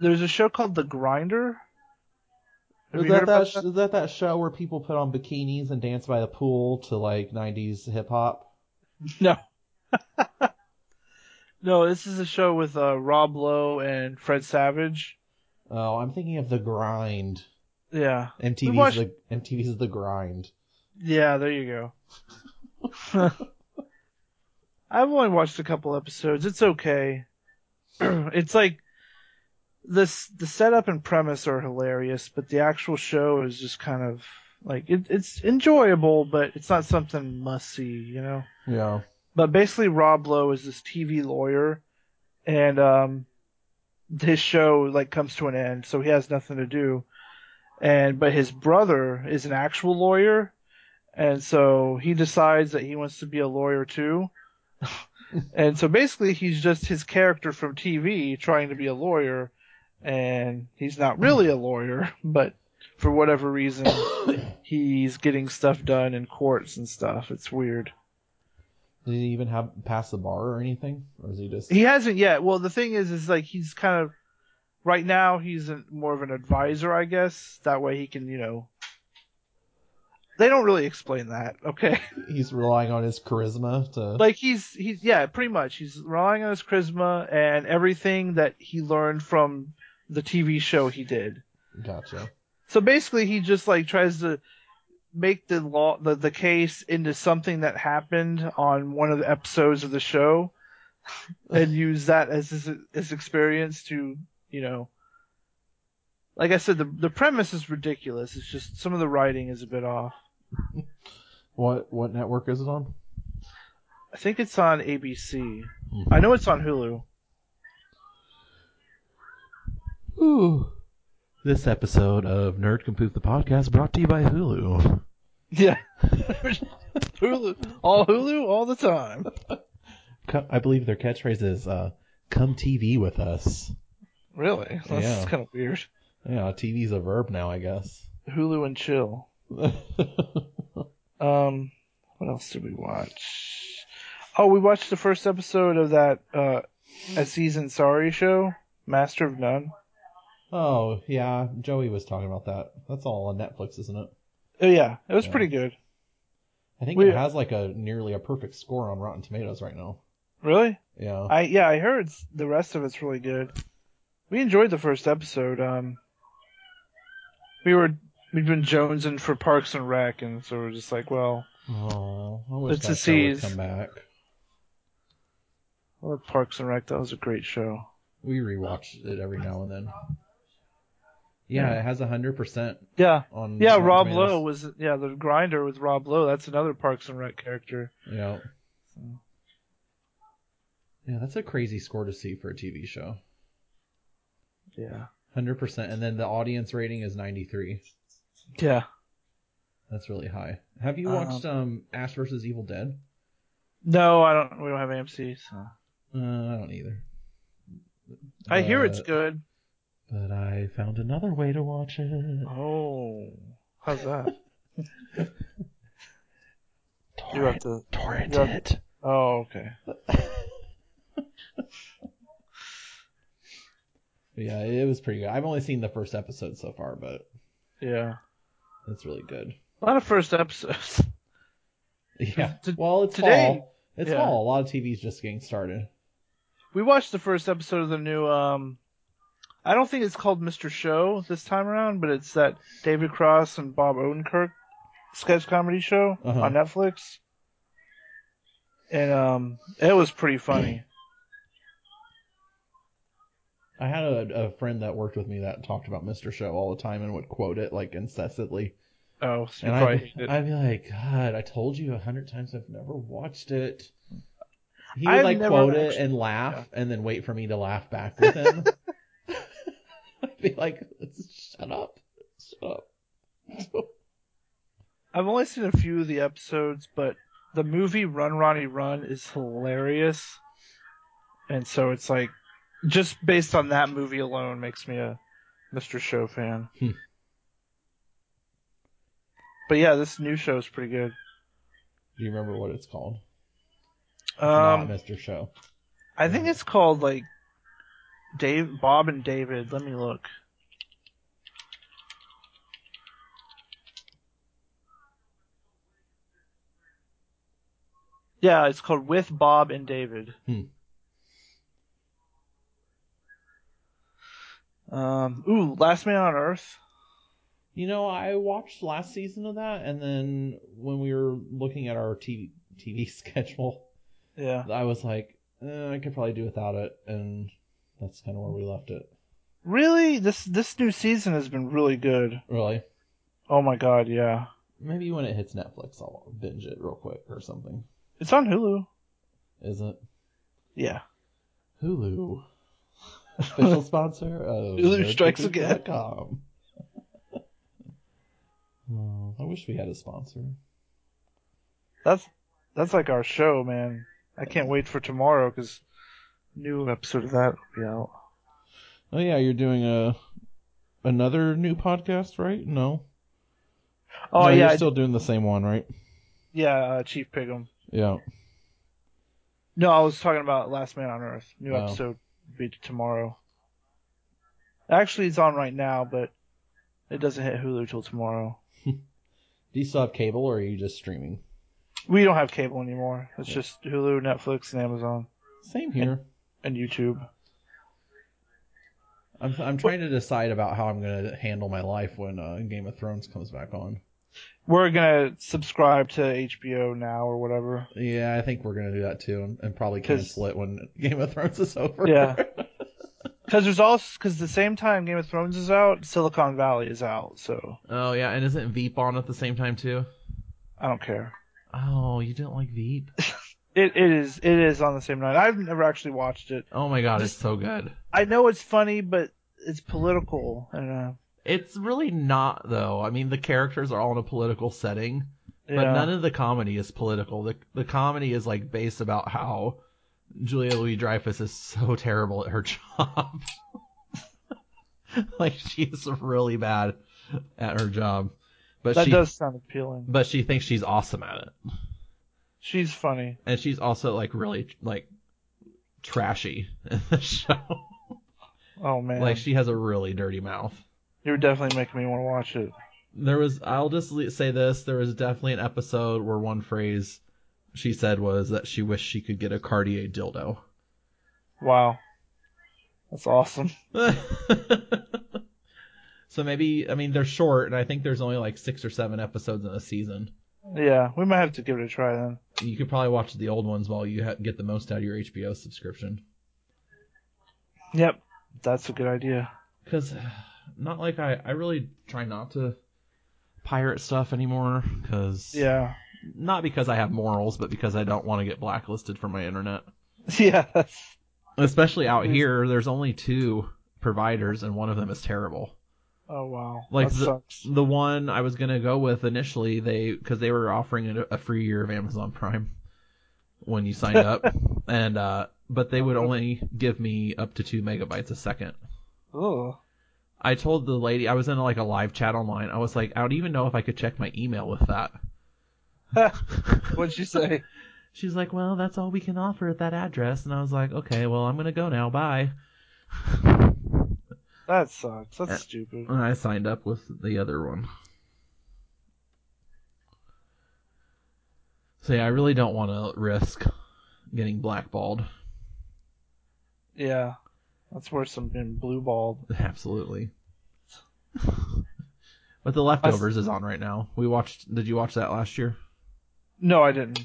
S1: There's a show called The Grinder. Have
S2: Is
S1: you
S2: that
S1: heard
S2: that,
S1: about
S2: sh- is that that show where people put on bikinis and dance by the pool to like 90s hip hop?
S1: No. no, this is a show with uh, Rob Lowe and Fred Savage.
S2: Oh, I'm thinking of The Grind.
S1: Yeah.
S2: MTV's
S1: watched-
S2: the MTV's The Grind.
S1: Yeah, there you go. I've only watched a couple episodes. It's okay. it's like this the setup and premise are hilarious, but the actual show is just kind of like it, it's enjoyable, but it's not something must see, you know.
S2: Yeah.
S1: But basically, Rob Lowe is this TV lawyer, and um, his show like comes to an end, so he has nothing to do. And but his brother is an actual lawyer, and so he decides that he wants to be a lawyer too. and so basically, he's just his character from TV trying to be a lawyer, and he's not really a lawyer, but for whatever reason, he's getting stuff done in courts and stuff. It's weird.
S2: Did he even have pass the bar or anything, or is he just?
S1: He hasn't yet. Well, the thing is, is like he's kind of right now. He's an, more of an advisor, I guess. That way, he can, you know. They don't really explain that, okay?
S2: He's relying on his charisma to.
S1: Like he's he's yeah, pretty much. He's relying on his charisma and everything that he learned from the TV show he did.
S2: gotcha.
S1: So basically, he just like tries to make the law the, the case into something that happened on one of the episodes of the show, and use that as his, his experience to you know. Like I said, the the premise is ridiculous. It's just some of the writing is a bit off.
S2: What what network is it on?
S1: I think it's on ABC.
S2: Mhm.
S1: I know it's on Hulu.
S2: Ooh. This episode of Nerd Compute the podcast brought to you by Hulu.
S1: Yeah, Hulu, all Hulu, all the time.
S2: Co- I believe their catchphrase is uh, "Come TV with us."
S1: Really? That's
S2: Yeah.
S1: kind of weird.
S2: Yeah, TV's a verb now, I guess.
S1: Hulu and chill. Um, what else did we watch? Oh, we watched the first episode of that uh, a season sorry show, Master of None.
S2: oh yeah, Joey was talking about that. That's all on Netflix, isn't it?
S1: Oh yeah, it was
S2: Yeah.
S1: pretty good.
S2: I think
S1: We-
S2: it has like a nearly a perfect score on Rotten Tomatoes right now.
S1: Really?
S2: Yeah.
S1: I yeah, I heard s- the rest of it's really good. We enjoyed the first episode. Um, we were we've been jonesing for Parks and Rec, and so we're just like, well,
S2: Oh, I wish
S1: It's
S2: that
S1: a
S2: show
S1: seas.
S2: would come back.
S1: I love Parks and Rec. That was a great show.
S2: We rewatch it every now and then. Yeah, it has hundred percent
S1: Yeah.
S2: on.
S1: Mm-hmm. Yeah,
S2: Rotten
S1: Rob
S2: Tomatoes.
S1: Lowe was yeah the grinder with Rob Lowe. That's another Parks and Rec character.
S2: Yeah. Yeah, that's a crazy score to see for a TV show.
S1: Yeah.
S2: Hundred percent, and then the audience rating is ninety three.
S1: Yeah.
S2: That's really high. Have you
S1: Um,
S2: watched um Ash versus Evil Dead?
S1: No, I don't. We don't have AMC. So.
S2: Uh, I don't either.
S1: I hear it's
S2: But-
S1: good.
S2: But I found another way to watch it.
S1: Oh, how's that? you have
S2: Torrent,
S1: to.
S2: torrent
S1: you have-
S2: it.
S1: Oh, okay.
S2: Yeah, it was pretty good. I've only seen the first episode so far, but
S1: Yeah,
S2: it's really good.
S1: a lot of first episodes.
S2: Yeah.
S1: To-
S2: Well, it's
S1: today-
S2: fall. It's
S1: yeah.
S2: fall. A lot of TV's just getting started.
S1: We watched the first episode of the new. Um, I don't think it's called Mr. Show this time around, but it's that David Cross and Bob Odenkirk sketch comedy show
S2: Uh-huh.
S1: on Netflix, and um, it was pretty funny.
S2: I had a, a friend that worked with me that talked about Mr. Show all the time and would quote it like incessantly.
S1: Oh, so you
S2: And
S1: probably
S2: I'd,
S1: hate it.
S2: I'd be like, God, I told you a hundred times I've never watched it. He would
S1: I've
S2: like
S1: never
S2: quote it
S1: actually-
S2: and laugh and then wait for me to laugh back with him. I'd be like, shut up. Shut up.
S1: I've only seen a few of the episodes, but the movie Run Ronnie Run is hilarious. And so it's like just based on that movie alone makes me a Mr. Show fan.
S2: Hmm.
S1: But yeah, this new show is pretty good.
S2: Do you remember what it's called? It's
S1: Um,
S2: not Mr. Show.
S1: I think it's called like Dave, Bob, and David. Let me look. Yeah, it's called With Bob and David. Um, ooh, Last Man on Earth.
S2: You know, I watched last season of that, and then when we were looking at our TV, TV schedule,
S1: Yeah.
S2: I was like, eh, I could probably do without it, and that's kind of where we left it.
S1: Really, this this new season has been really good.
S2: Really?
S1: Oh my god, yeah.
S2: Maybe when it hits Netflix, I'll binge it real quick or something.
S1: It's on Hulu.
S2: Is it
S1: Yeah.
S2: Hulu? Official sponsor of
S1: Hulu strikes again.
S2: nerdcookie.com. oh, I wish we had a sponsor.
S1: That's that's like our show, man. I can't wait for tomorrow because new episode of that will be out.
S2: Oh yeah, you're doing a another new podcast, right? No.
S1: Oh
S2: No,
S1: yeah,
S2: you're
S1: I-
S2: still doing the same one, right?
S1: yeah, uh, Chief Piggum.
S2: Yeah.
S1: No, I was talking about Last Man on Earth. New
S2: Oh.
S1: episode will be tomorrow. Actually, it's on right now, but it doesn't hit Hulu till tomorrow.
S2: Do you still have cable, or are you just streaming?
S1: We don't have cable anymore. It's
S2: Yeah.
S1: just Hulu, Netflix, and Amazon
S2: Same here.
S1: and YouTube.
S2: I'm I'm trying to decide about how I'm gonna handle my life when uh, Game of Thrones comes back on.
S1: We're gonna subscribe to HBO now or whatever.
S2: Yeah, I think we're gonna do that too, and, and probably cancel it when Game of Thrones is over.
S1: Yeah. Because there's also because the same time Game of Thrones is out, Silicon Valley is out. So
S2: oh yeah, and isn't Veep on at the same time too?
S1: I don't care.
S2: Oh, you didn't like Veep?
S1: It, it is it is on the same night. I've never actually watched it.
S2: Oh my god, it's so good.
S1: I know it's funny, but it's political and uh,
S2: It's really not though. I mean, the characters are all in a political setting,
S1: yeah.
S2: but none of the comedy is political. The the comedy is like based about how Julia Louis Dreyfus is so terrible at her job. like she's really bad at her job, but
S1: that
S2: she
S1: does sound appealing.
S2: but she thinks she's awesome at it,
S1: She's funny.
S2: and she's also like really like trashy in the show.
S1: Oh man,
S2: Like she has a really dirty mouth.
S1: you're definitely making me want to watch it.
S2: There was, I'll just le- say this: there was definitely an episode where one phrase she said was that she wished she could get a Cartier dildo.
S1: Wow, that's awesome.
S2: so maybe, I mean, they're short, and I think there's only like six or seven episodes in a season.
S1: Yeah, we might have to give it a try then.
S2: You could probably watch the old ones while you ha- get the most out of your HBO subscription.
S1: Yep, that's a good idea.
S2: Because, not like I, I really try not to pirate stuff anymore. Because,
S1: Yeah,
S2: not because I have morals, but because I don't want to get blacklisted from my internet.
S1: yeah, that's
S2: especially out
S1: There's-
S2: here there's only two providers and one of them is terrible
S1: Oh wow,
S2: Like
S1: that
S2: the-
S1: sucks.
S2: the one i was going to go with initially they because they were offering a, a free year of amazon prime when you signed up and uh but they
S1: Uh-huh.
S2: would only give me up to two megabytes a second
S1: Ugh.
S2: i told the lady i was in like a live chat online i was like i don't even know if i could check my email with that
S1: What'd you say?
S2: she's like well that's all we can offer at that address and i was like okay well i'm going to go now bye
S1: that sucks. That's
S2: Yeah.
S1: stupid.
S2: And I signed up with the other one. So yeah, I really don't want to risk getting blackballed.
S1: Yeah, that's worse than being blue balled.
S2: Absolutely. but the leftovers is on right now. We watched. Did you watch that last year?
S1: No, I didn't.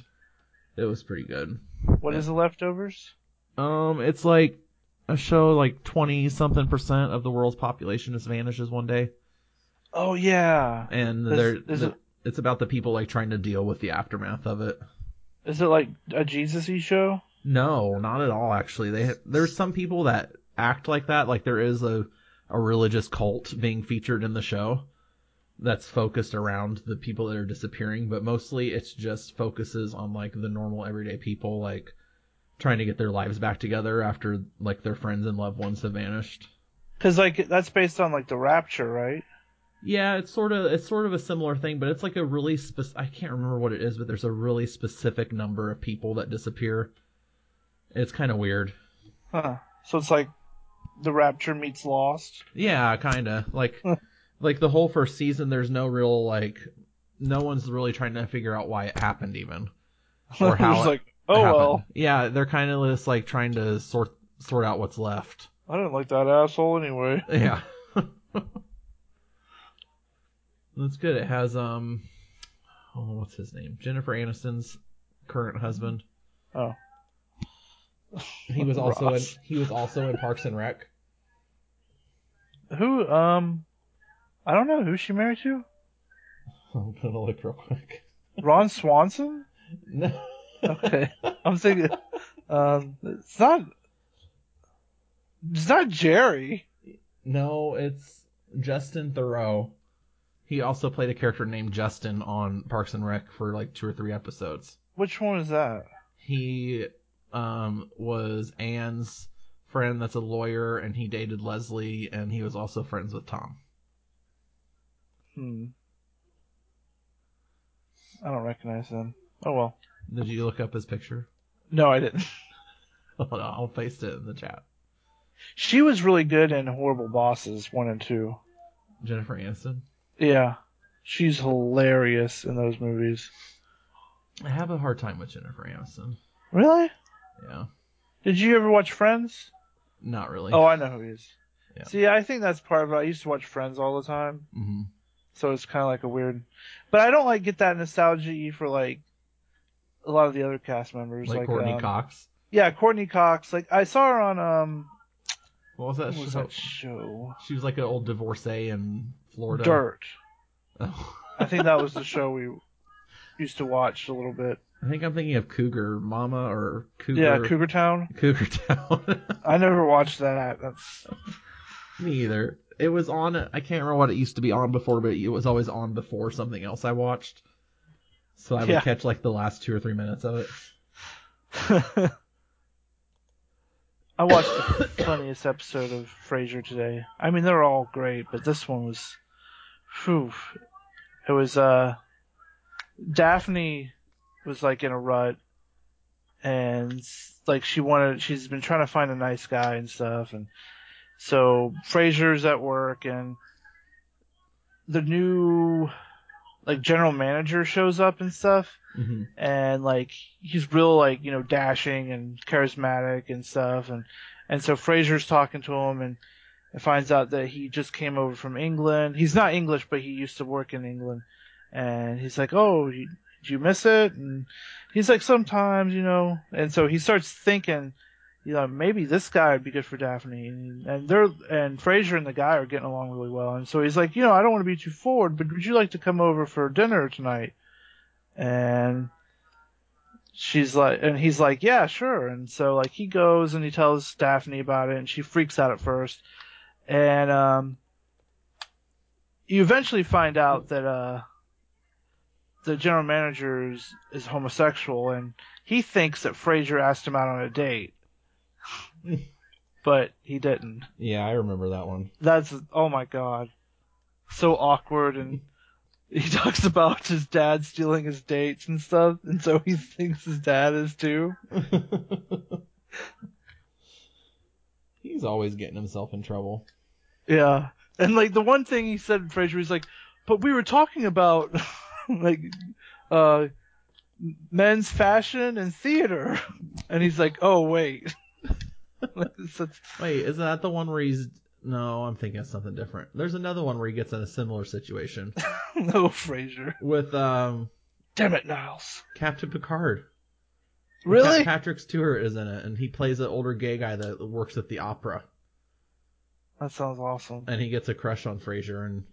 S2: It was pretty good.
S1: What
S2: Yeah.
S1: is the leftovers?
S2: Um, it's like a show like twenty something percent of the world's population just vanishes one day,
S1: Oh yeah,
S2: and
S1: There's-
S2: they're,
S1: there's a-
S2: it's about the people like trying to deal with the aftermath of it.
S1: is it like a Jesus-y show?
S2: No, not at all. Actually, they there's some people that act like that. Like there is a a religious cult being featured in the show that's focused around the people that are disappearing, but mostly it's just focuses on like the normal everyday people, like trying to get their lives back together after like their friends and loved ones have vanished.
S1: Cause like that's based on like the Rapture, right?
S2: Yeah, it's sort of it's sort of a similar thing, but it's like a really spec- I can't remember what it is, but there's a really specific number of people that disappear. It's kind of weird.
S1: Huh. So it's like the Rapture meets Lost.
S2: Yeah, kind of. Like like the whole first season there's no real like no one's really trying to figure out why it happened even. Or
S1: It's
S2: how it
S1: like, oh
S2: happened.
S1: well,
S2: Yeah, they're kind of just like trying to sort sort out what's left.
S1: I didn't like that asshole anyway.
S2: Yeah. That's good. It has um oh, what's his name? Jennifer Aniston's current husband.
S1: Oh.
S2: He was also in,
S1: Ross.
S2: he was also in Parks and Rec.
S1: Who? Um, I don't know who she married to.
S2: I'm gonna look real quick.
S1: Ron Swanson.
S2: No.
S1: Okay, I'm thinking. Um, it's not. It's not Jerry.
S2: No, it's Justin Thoreau. He also played a character named Justin on Parks and Rec for like two or three episodes.
S1: Which one is that?
S2: He um, was Anne's friend that's a lawyer, and he dated Leslie, and he was also friends with Tom.
S1: Hmm. I don't recognize them. Oh well.
S2: Did you look up his picture?
S1: No, I didn't.
S2: Hold on, I'll paste it in the chat.
S1: She was really good in Horrible Bosses one and two.
S2: Jennifer Aniston.
S1: Yeah, she's hilarious in those movies.
S2: I have a hard time with Jennifer Aniston.
S1: Really?
S2: Yeah,
S1: Did you ever watch Friends?
S2: not really.
S1: Oh, I know who he is.
S2: Yeah.
S1: See, I think that's part of it. I used to watch Friends all the time,
S2: hmm
S1: so it's kind of like a weird. But I don't like get that nostalgia for like a lot of the other cast members,
S2: like Courtney
S1: um,
S2: Cox.
S1: Yeah, Courtney Cox. Like I saw her on um,
S2: What was that?
S1: what was
S2: show?
S1: that show?
S2: She was like an old divorcee in Florida.
S1: Dirt.
S2: Oh.
S1: I think that was the show we used to watch a little bit.
S2: I think I'm thinking of Cougar Mama or Cougar
S1: Yeah, Cougar Town.
S2: Cougar Town.
S1: I never watched that. That's
S2: Me either. It was on. I can't remember what it used to be on before, but it was always on before something else I watched. So I would
S1: Yeah.
S2: catch like the last two or three minutes of it.
S1: I watched the funniest episode of Frasier today. I mean, they're all great, but this one was, phew. It was uh, Daphne was like in a rut, and like she wanted, she's been trying to find a nice guy and stuff, and so Frasier's at work, and the new like general manager shows up and stuff,
S2: Mm-hmm.
S1: and like he's real like you know dashing and charismatic and stuff and and so Fraser's talking to him and and finds out that he just came over from England. He's not English, but he used to work in England, and he's like, "Oh, you, do you miss it?" And he's like, "Sometimes, you know." And so he starts thinking, you know, maybe this guy would be good for Daphne, and, and they're and Fraser and the guy are getting along really well, and so he's like, "You know, I don't want to be too forward, but would you like to come over for dinner tonight?" And she's like and he's like yeah sure and so like he goes and he tells daphne about it and she freaks out at first and um you eventually find out that uh the general manager is, is homosexual and he thinks that Fraser asked him out on a date but he didn't
S2: Yeah, I remember that one.
S1: that's oh my god so awkward and he talks about his dad stealing his dates and stuff and so he thinks his dad is too
S2: He's always getting himself in trouble.
S1: Yeah. And like the one thing he said in Frasier was like, but we were talking about like uh men's fashion and theater and he's like, Oh wait. Like, it's such-
S2: Wait, isn't that the one where he's? No, I'm thinking of something different. There's another one where he gets in a similar situation
S1: no Frasier.
S2: with um
S1: Damn it, Niles.
S2: Captain Picard.
S1: Really?
S2: Pat- Patrick Stewart is in it, and he plays an older gay guy that works at the opera,
S1: That sounds awesome.
S2: and he gets a crush on Frasier, and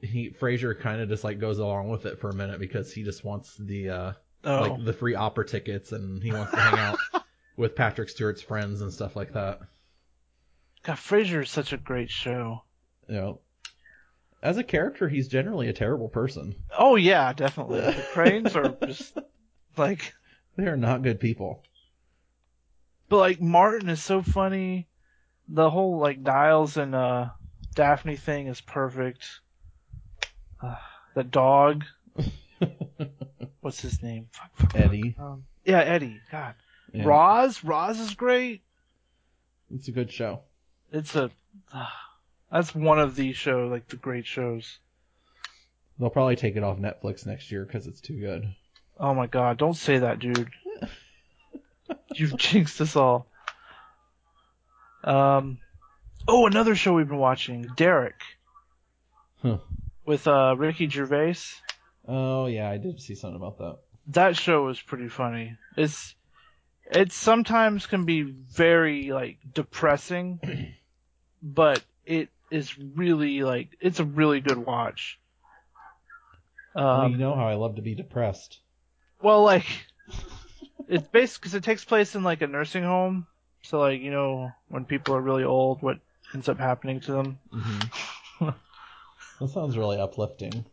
S2: he Frasier kind of just like goes along with it for a minute because he just wants the uh
S1: Oh.
S2: like the free opera tickets, and he wants to hang out with Patrick Stewart's friends and stuff like that.
S1: God, Frasier is such a great show.
S2: You know, as a character, he's generally a terrible person.
S1: Oh yeah, definitely. The cranes are just like
S2: They are not good people.
S1: But like Martin is so funny. The whole like Niles and uh Daphne thing is perfect. Uh, the dog. What's his name? Fuck, fuck, fuck.
S2: Eddie.
S1: Um, yeah, Eddie. God.
S2: Yeah,
S1: Roz. Roz is great.
S2: it's a good show.
S1: It's a. That's one of the show, like the great shows.
S2: They'll probably take it off Netflix next year because it's too good.
S1: Oh my god, don't say that, dude. You've jinxed us all. Um, oh, another show we've been watching, Derek.
S2: Huh.
S1: With uh, Ricky Gervais.
S2: Oh yeah, I did see something about that.
S1: That show was pretty funny. It's it sometimes can be very like depressing, but it is really like it's a really good watch.
S2: Well,
S1: Um,
S2: you know how I love to be depressed.
S1: Well, like it's based because it takes place in like a nursing home, so like you know when people are really old, what ends up happening to them. Mm-hmm.
S2: Mhm. that sounds really uplifting.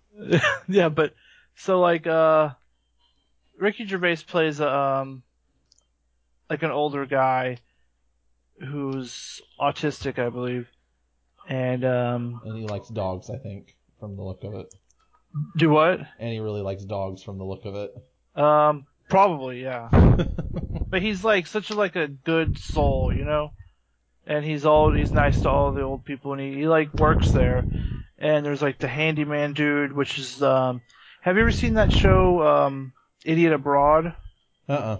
S1: yeah, but so like uh, Ricky Gervais plays um like an older guy who's autistic, I believe, and um
S2: And he likes dogs, I think, from the look of it.
S1: do what?
S2: And he really likes dogs from the look of it.
S1: Um, probably yeah. But he's like such a like a good soul, you know. And he's all he's nice to all the old people, and he, he like works there. And there's like the handyman dude, which is um, have you ever seen that show um, Idiot Abroad?
S2: uh uh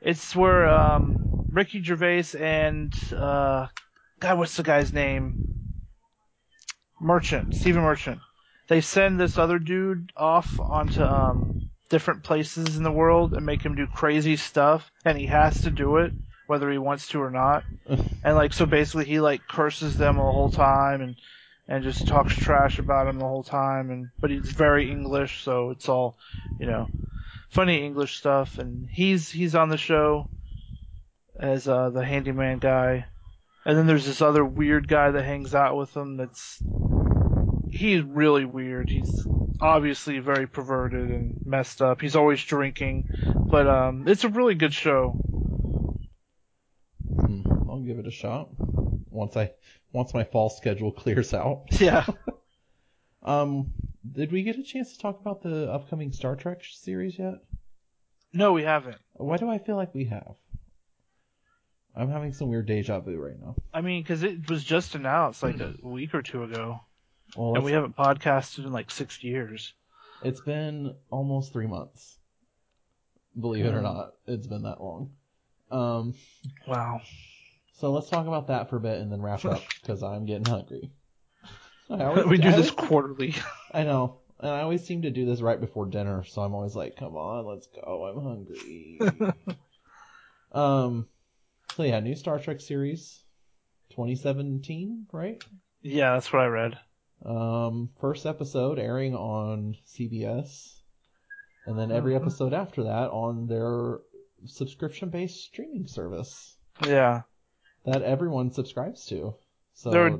S1: It's where um, Ricky Gervais and uh, God, what's the guy's name? Merchant, Stephen Merchant. They send this other dude off onto um, different places in the world and make him do crazy stuff, and he has to do it whether he wants to or not. and like, so basically, he like curses them the whole time and and just talks trash about him the whole time. And but he's very English, so it's all, you know funny English stuff, and he's he's on the show as uh, the handyman guy, and then there's this other weird guy that hangs out with him. That's he's really weird. He's obviously very perverted and messed up. He's always drinking, but um, it's a really good show.
S2: Hmm, I'll give it a shot once I once my fall schedule clears out.
S1: Yeah,
S2: Um, did we get a chance to talk about the upcoming Star Trek series yet?
S1: no, we haven't.
S2: Why do I feel like we have? I'm having some weird deja vu right now.
S1: I mean, because it was just announced like a week or two ago,
S2: Well,
S1: and we
S2: it's-
S1: haven't podcasted in like six years.
S2: it's been almost three months. Believe it or
S1: Um.
S2: not, it's been that long. Um,
S1: Wow.
S2: so let's talk about that for a bit and then wrap up because I'm getting hungry. I always-
S1: We do
S2: I
S1: this
S2: always-
S1: quarterly.
S2: I know. And I always seem to do this right before dinner, so I'm always like, come on, let's go. I'm hungry. um so yeah, new Star Trek series 2017, right?
S1: yeah, that's what I read.
S2: Um first episode airing on CBS and then every
S1: Mhm.
S2: episode after that on their subscription-based streaming service
S1: Yeah.
S2: that everyone subscribes to. So
S1: They're-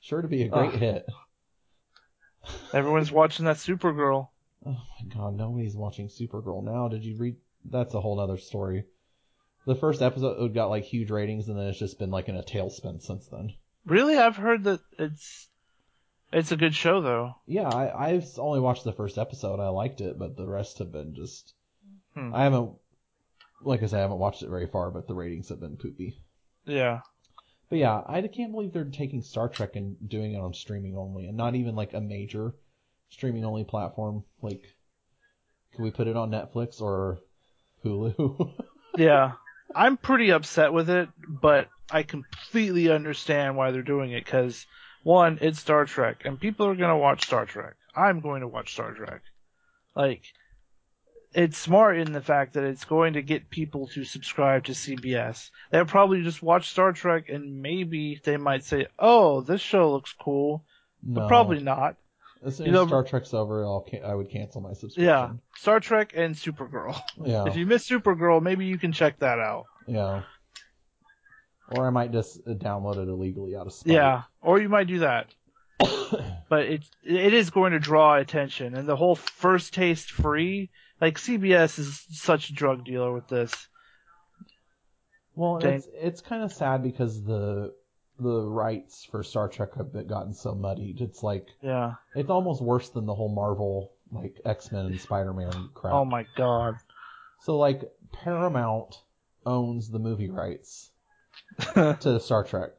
S2: sure to be a great
S1: Ugh.
S2: hit. Oh
S1: Everyone's watching that Supergirl.
S2: Oh my god, nobody's watching Supergirl now. Did you read? That's a whole nother story. The first episode got like huge ratings, and then it's just been like in a tailspin since then.
S1: Really, I've heard that it's it's a good show though.
S2: Yeah, I, I've only watched the first episode. I liked it, but the rest have been just.
S1: Hmm.
S2: I haven't, like I said, I haven't watched it very far, but the ratings have been poopy.
S1: Yeah,
S2: But yeah, I can't believe they're taking Star Trek and doing it on streaming only, and not even like a major streaming only platform. Like, can we put it on Netflix or Hulu?
S1: yeah. I'm pretty upset with it, but I completely understand why they're doing it because one, it's Star Trek, and people are gonna watch Star Trek. I'm going to watch Star Trek. Like, it's smart in the fact that it's going to get people to subscribe to CBS. They'll probably just watch Star Trek, and maybe they might say, "Oh, this show looks cool," but
S2: no.
S1: probably not.
S2: As soon
S1: You
S2: as
S1: know-
S2: Star Trek's over, I'll can- I would cancel my
S1: Yeah,
S2: subscription.
S1: Star Trek and Supergirl.
S2: Yeah.
S1: If you miss Supergirl, maybe you can check that out.
S2: yeah. Or I might just uh, download it illegally out of spite.
S1: Yeah, or you might do that. But it it is going to draw attention, and the whole first taste free. Like CBS is such a drug dealer with this.
S2: Well,
S1: Dang.
S2: it's it's kind of sad because the the rights for Star Trek have been- gotten so muddied. It's like
S1: Yeah.
S2: it's almost worse than the whole Marvel like X Men and Spider Man crap.
S1: Oh my god.
S2: So like Paramount owns the movie rights to Star Trek.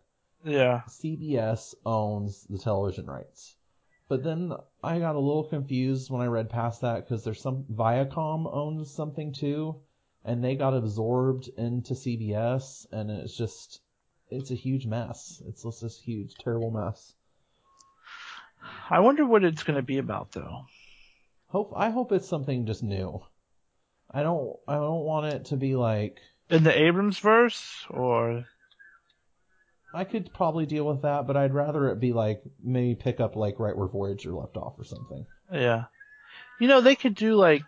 S1: Yeah.
S2: CBS owns the television rights. But then I got a little confused when I read past that because there's some Viacom owns something too, and they got absorbed into CBS, and it's just it's a huge mess. It's just this huge terrible mess.
S1: I wonder what it's going to be about though.
S2: Hope I hope it's something just new. I don't I don't want it to be like
S1: In the Abrams verse or
S2: I could probably deal with that, but I'd rather it be like maybe pick up like right where Voyager left off or something.
S1: yeah. You know, they could do like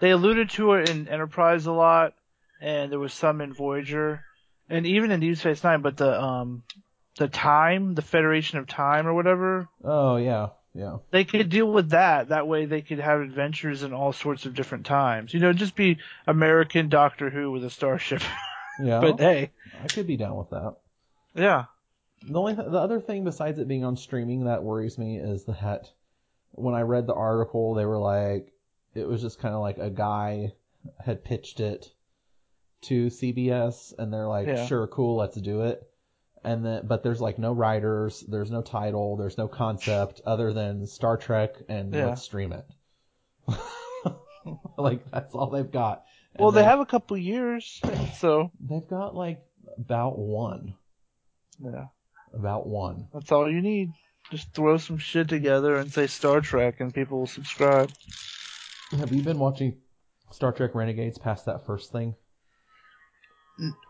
S1: they alluded to it in Enterprise a lot and there was some in Voyager and even in Deep Space 9, but the um the time, the Federation of Time or whatever,
S2: Oh yeah, yeah.
S1: they could deal with that. That way they could have adventures in all sorts of different times. You know, just be American Doctor Who with a starship.
S2: Yeah.
S1: but uh, hey,
S2: I could be down with that.
S1: yeah.
S2: The only th- the other thing besides it being on streaming that worries me is that when I read the article, they were like, it was just kind of like a guy had pitched it to CBS, and they're like,
S1: Yeah.
S2: sure, cool, let's do it. And then, but there's like no writers, there's no title, there's no concept other than Star Trek and
S1: Yeah.
S2: let's stream it. like that's all they've got. And
S1: Well, they have a couple years, so
S2: They've got like about one,
S1: yeah,
S2: about one.
S1: that's all you need. Just throw some shit together and say Star Trek, and people will subscribe.
S2: Have you been watching Star Trek Renegades past that first thing?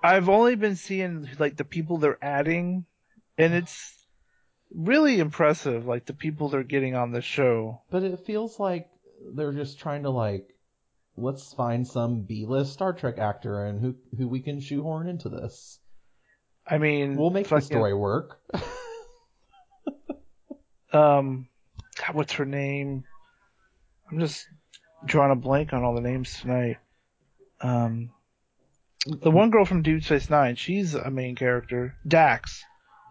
S1: I've only been seeing like the people they're adding, and it's really impressive. Like the people they're getting on the show.
S2: But it feels like they're just trying to like let's find some B-list Star Trek actor and who who we can shoehorn into this.
S1: I mean,
S2: We'll make the
S1: fucking-
S2: story work.
S1: Um, God, what's her name? I'm just drawing a blank on all the names tonight. Um, the one girl from Deep Space Nine, she's a main character. Dax.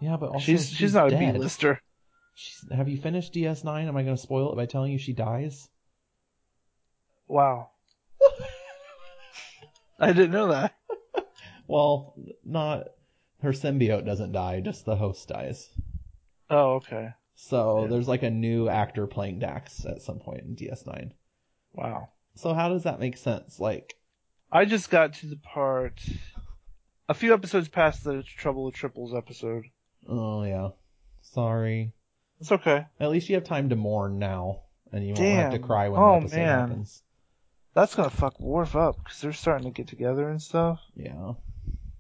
S2: Yeah, but also
S1: she's, she's not a
S2: dead.
S1: B-lister.
S2: She's, have you finished DS9? Am I going to spoil it by telling you she dies?
S1: Wow. I didn't know that.
S2: Well, not her symbiote doesn't die, just the host dies.
S1: Oh, okay.
S2: So
S1: Yeah.
S2: there's like a new actor playing Dax at some point in DS9.
S1: Wow.
S2: So how does that make sense? Like
S1: I just got to the part a few episodes past the Trouble with Triples episode.
S2: Oh yeah. Sorry.
S1: It's okay.
S2: At least you have time to mourn now, and you won't have to
S1: Damn.
S2: cry when
S1: Oh,
S2: the episode
S1: man.
S2: happens.
S1: That's gonna fuck Worf up because they're starting to get together and stuff.
S2: Yeah.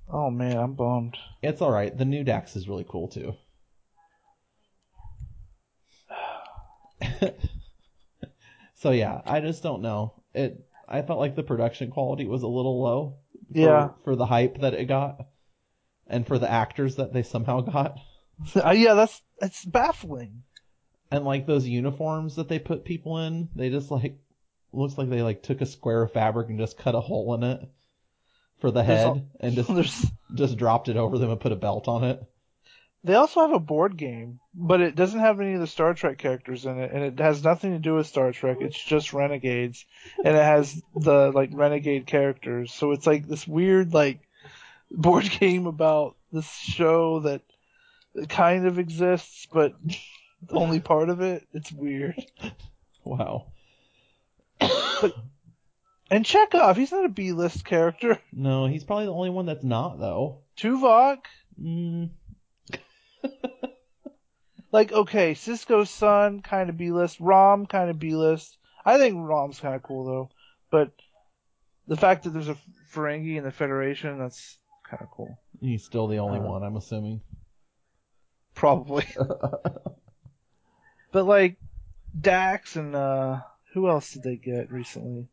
S1: Oh man, I'm bummed.
S2: It's all right. The new Dax is really cool too. so yeah, I just don't know. It. I felt like the production quality was a little low. For,
S1: Yeah.
S2: For the hype that it got, and for the actors that they somehow got,
S1: Uh, yeah, that's that's baffling.
S2: and like those uniforms that they put people in, they just like looks like they like took a square of fabric and just cut a hole in it for the
S1: There's
S2: head
S1: al-
S2: and just
S1: There's,
S2: just dropped it over them and put a belt on it.
S1: they also have a board game, but it doesn't have any of the Star Trek characters in it, and it has nothing to do with Star Trek. It's just Renegades, and it has the like Renegade characters. So it's like this weird like board game about this show that kind of exists, but only part of it. It's weird.
S2: Wow.
S1: And Chekhov, he's not a B list character.
S2: No, he's probably the only one that's not though.
S1: Tuvok,
S2: Mm,
S1: like okay, Cisco's son, kind of B list. Rom, kind of B list. I think Rom's kind of cool though, but the fact that there's a Ferengi in the Federation, that's kind of cool.
S2: he's still the only
S1: Uh.
S2: one, I'm assuming.
S1: Probably. but like Dax and uh who else did they get recently?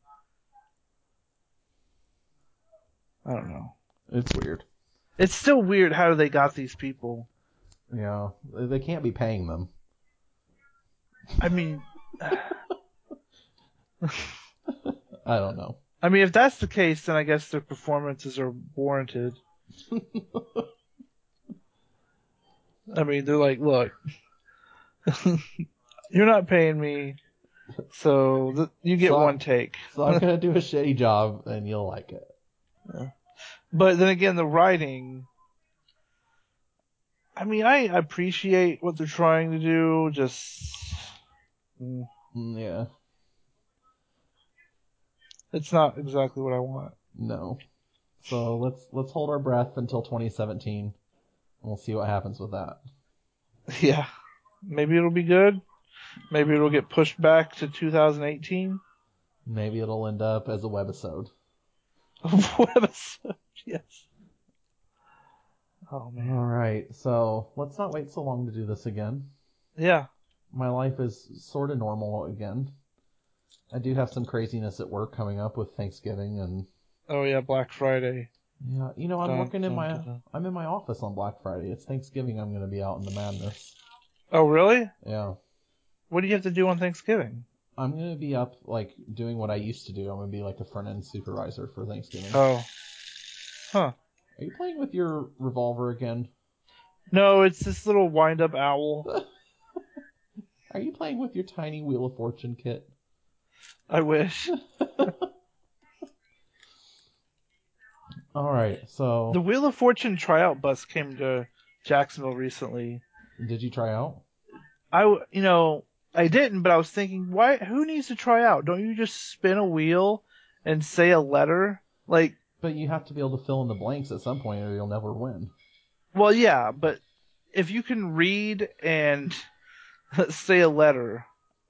S1: I don't know.
S2: It's weird.
S1: It's still weird how they got these people.
S2: Yeah, they can't be paying them.
S1: I mean,
S2: I don't know.
S1: I mean, if that's the case, then I guess their performances are warranted. I mean, they're like, look, you're not paying me, so th- you get
S2: So-
S1: one take.
S2: So I'm gonna do a shitty job, and you'll like it.
S1: But then again, the writing. I mean, I appreciate what they're trying to do. Just mm,
S2: Yeah.
S1: it's not exactly what I want.
S2: No. So let's let's hold our breath until 2017. And we'll see what happens with that.
S1: Yeah, maybe it'll be good. Maybe it'll get pushed back to 2018.
S2: Maybe it'll end up as a webisode.
S1: Webisode, yes. Oh
S2: All
S1: man.
S2: right. So let's not wait so long to do this again.
S1: Yeah.
S2: My life is sort of normal again. I do have some craziness at work coming up with Thanksgiving and
S1: Oh yeah, Black Friday.
S2: yeah, you know, I'm
S1: Dun,
S2: working in
S1: dun,
S2: my
S1: dun, dun.
S2: I'm in my office on Black Friday. It's Thanksgiving. I'm going to be out in the madness.
S1: Oh really?
S2: Yeah.
S1: What do you have to do on Thanksgiving?
S2: I'm gonna be up like doing what I used to do. I'm gonna be like a front end supervisor for Thanksgiving.
S1: Oh.
S2: Are you playing with your revolver again?
S1: No, it's this little wind up owl.
S2: Are you playing with your tiny Wheel of Fortune kit?
S1: I wish.
S2: All right. So
S1: The Wheel of Fortune tryout bus came to Jacksonville recently.
S2: did you try out?
S1: I, w- you know, I didn't, but I was thinking, why? Who needs to try out? Don't you just spin a wheel and say a letter? Like,
S2: But you have to be able to fill in the blanks at some point, or you'll never win.
S1: well, yeah, but if you can read and say a letter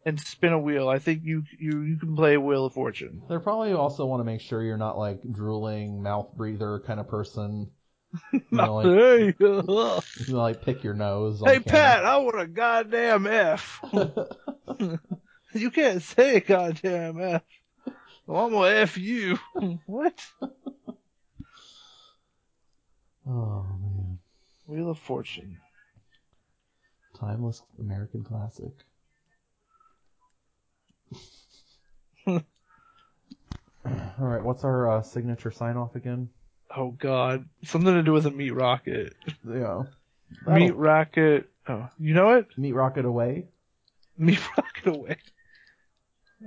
S1: and spin a wheel, I think you you you can play Wheel of Fortune.
S2: They probably also want to make sure you're not like drooling mouth breather kind of person. You know, like,
S1: hey,
S2: you know, like pick your nose. on
S1: hey, Pat,
S2: camera.
S1: I want a goddamn F. You can't say a goddamn F. Well, I'm gonna F you. what?
S2: oh man,
S1: Wheel of Fortune.
S2: timeless American classic. All right, what's our uh, signature sign off again?
S1: Oh god. Something to do with a meat rocket.
S2: Yeah,
S1: Meat rocket. Oh, you know it?
S2: meat rocket away.
S1: Meat rocket away.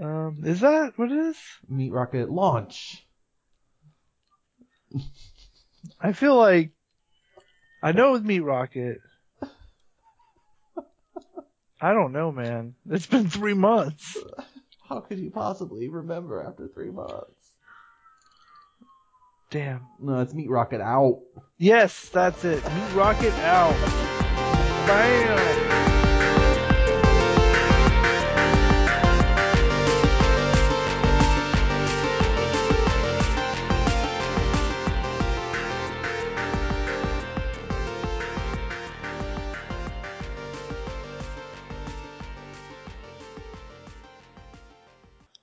S1: Um, is that what it is?
S2: Meat rocket launch.
S1: I feel like I know with meat rocket. I don't know, man. It's been three months.
S2: How could you possibly remember after three months?
S1: Damn.
S2: No, it's meat rocket out.
S1: Yes, that's it. Meat rocket out. Bam.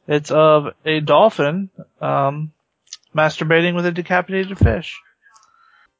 S1: It's of a dolphin um, masturbating with a decapitated fish.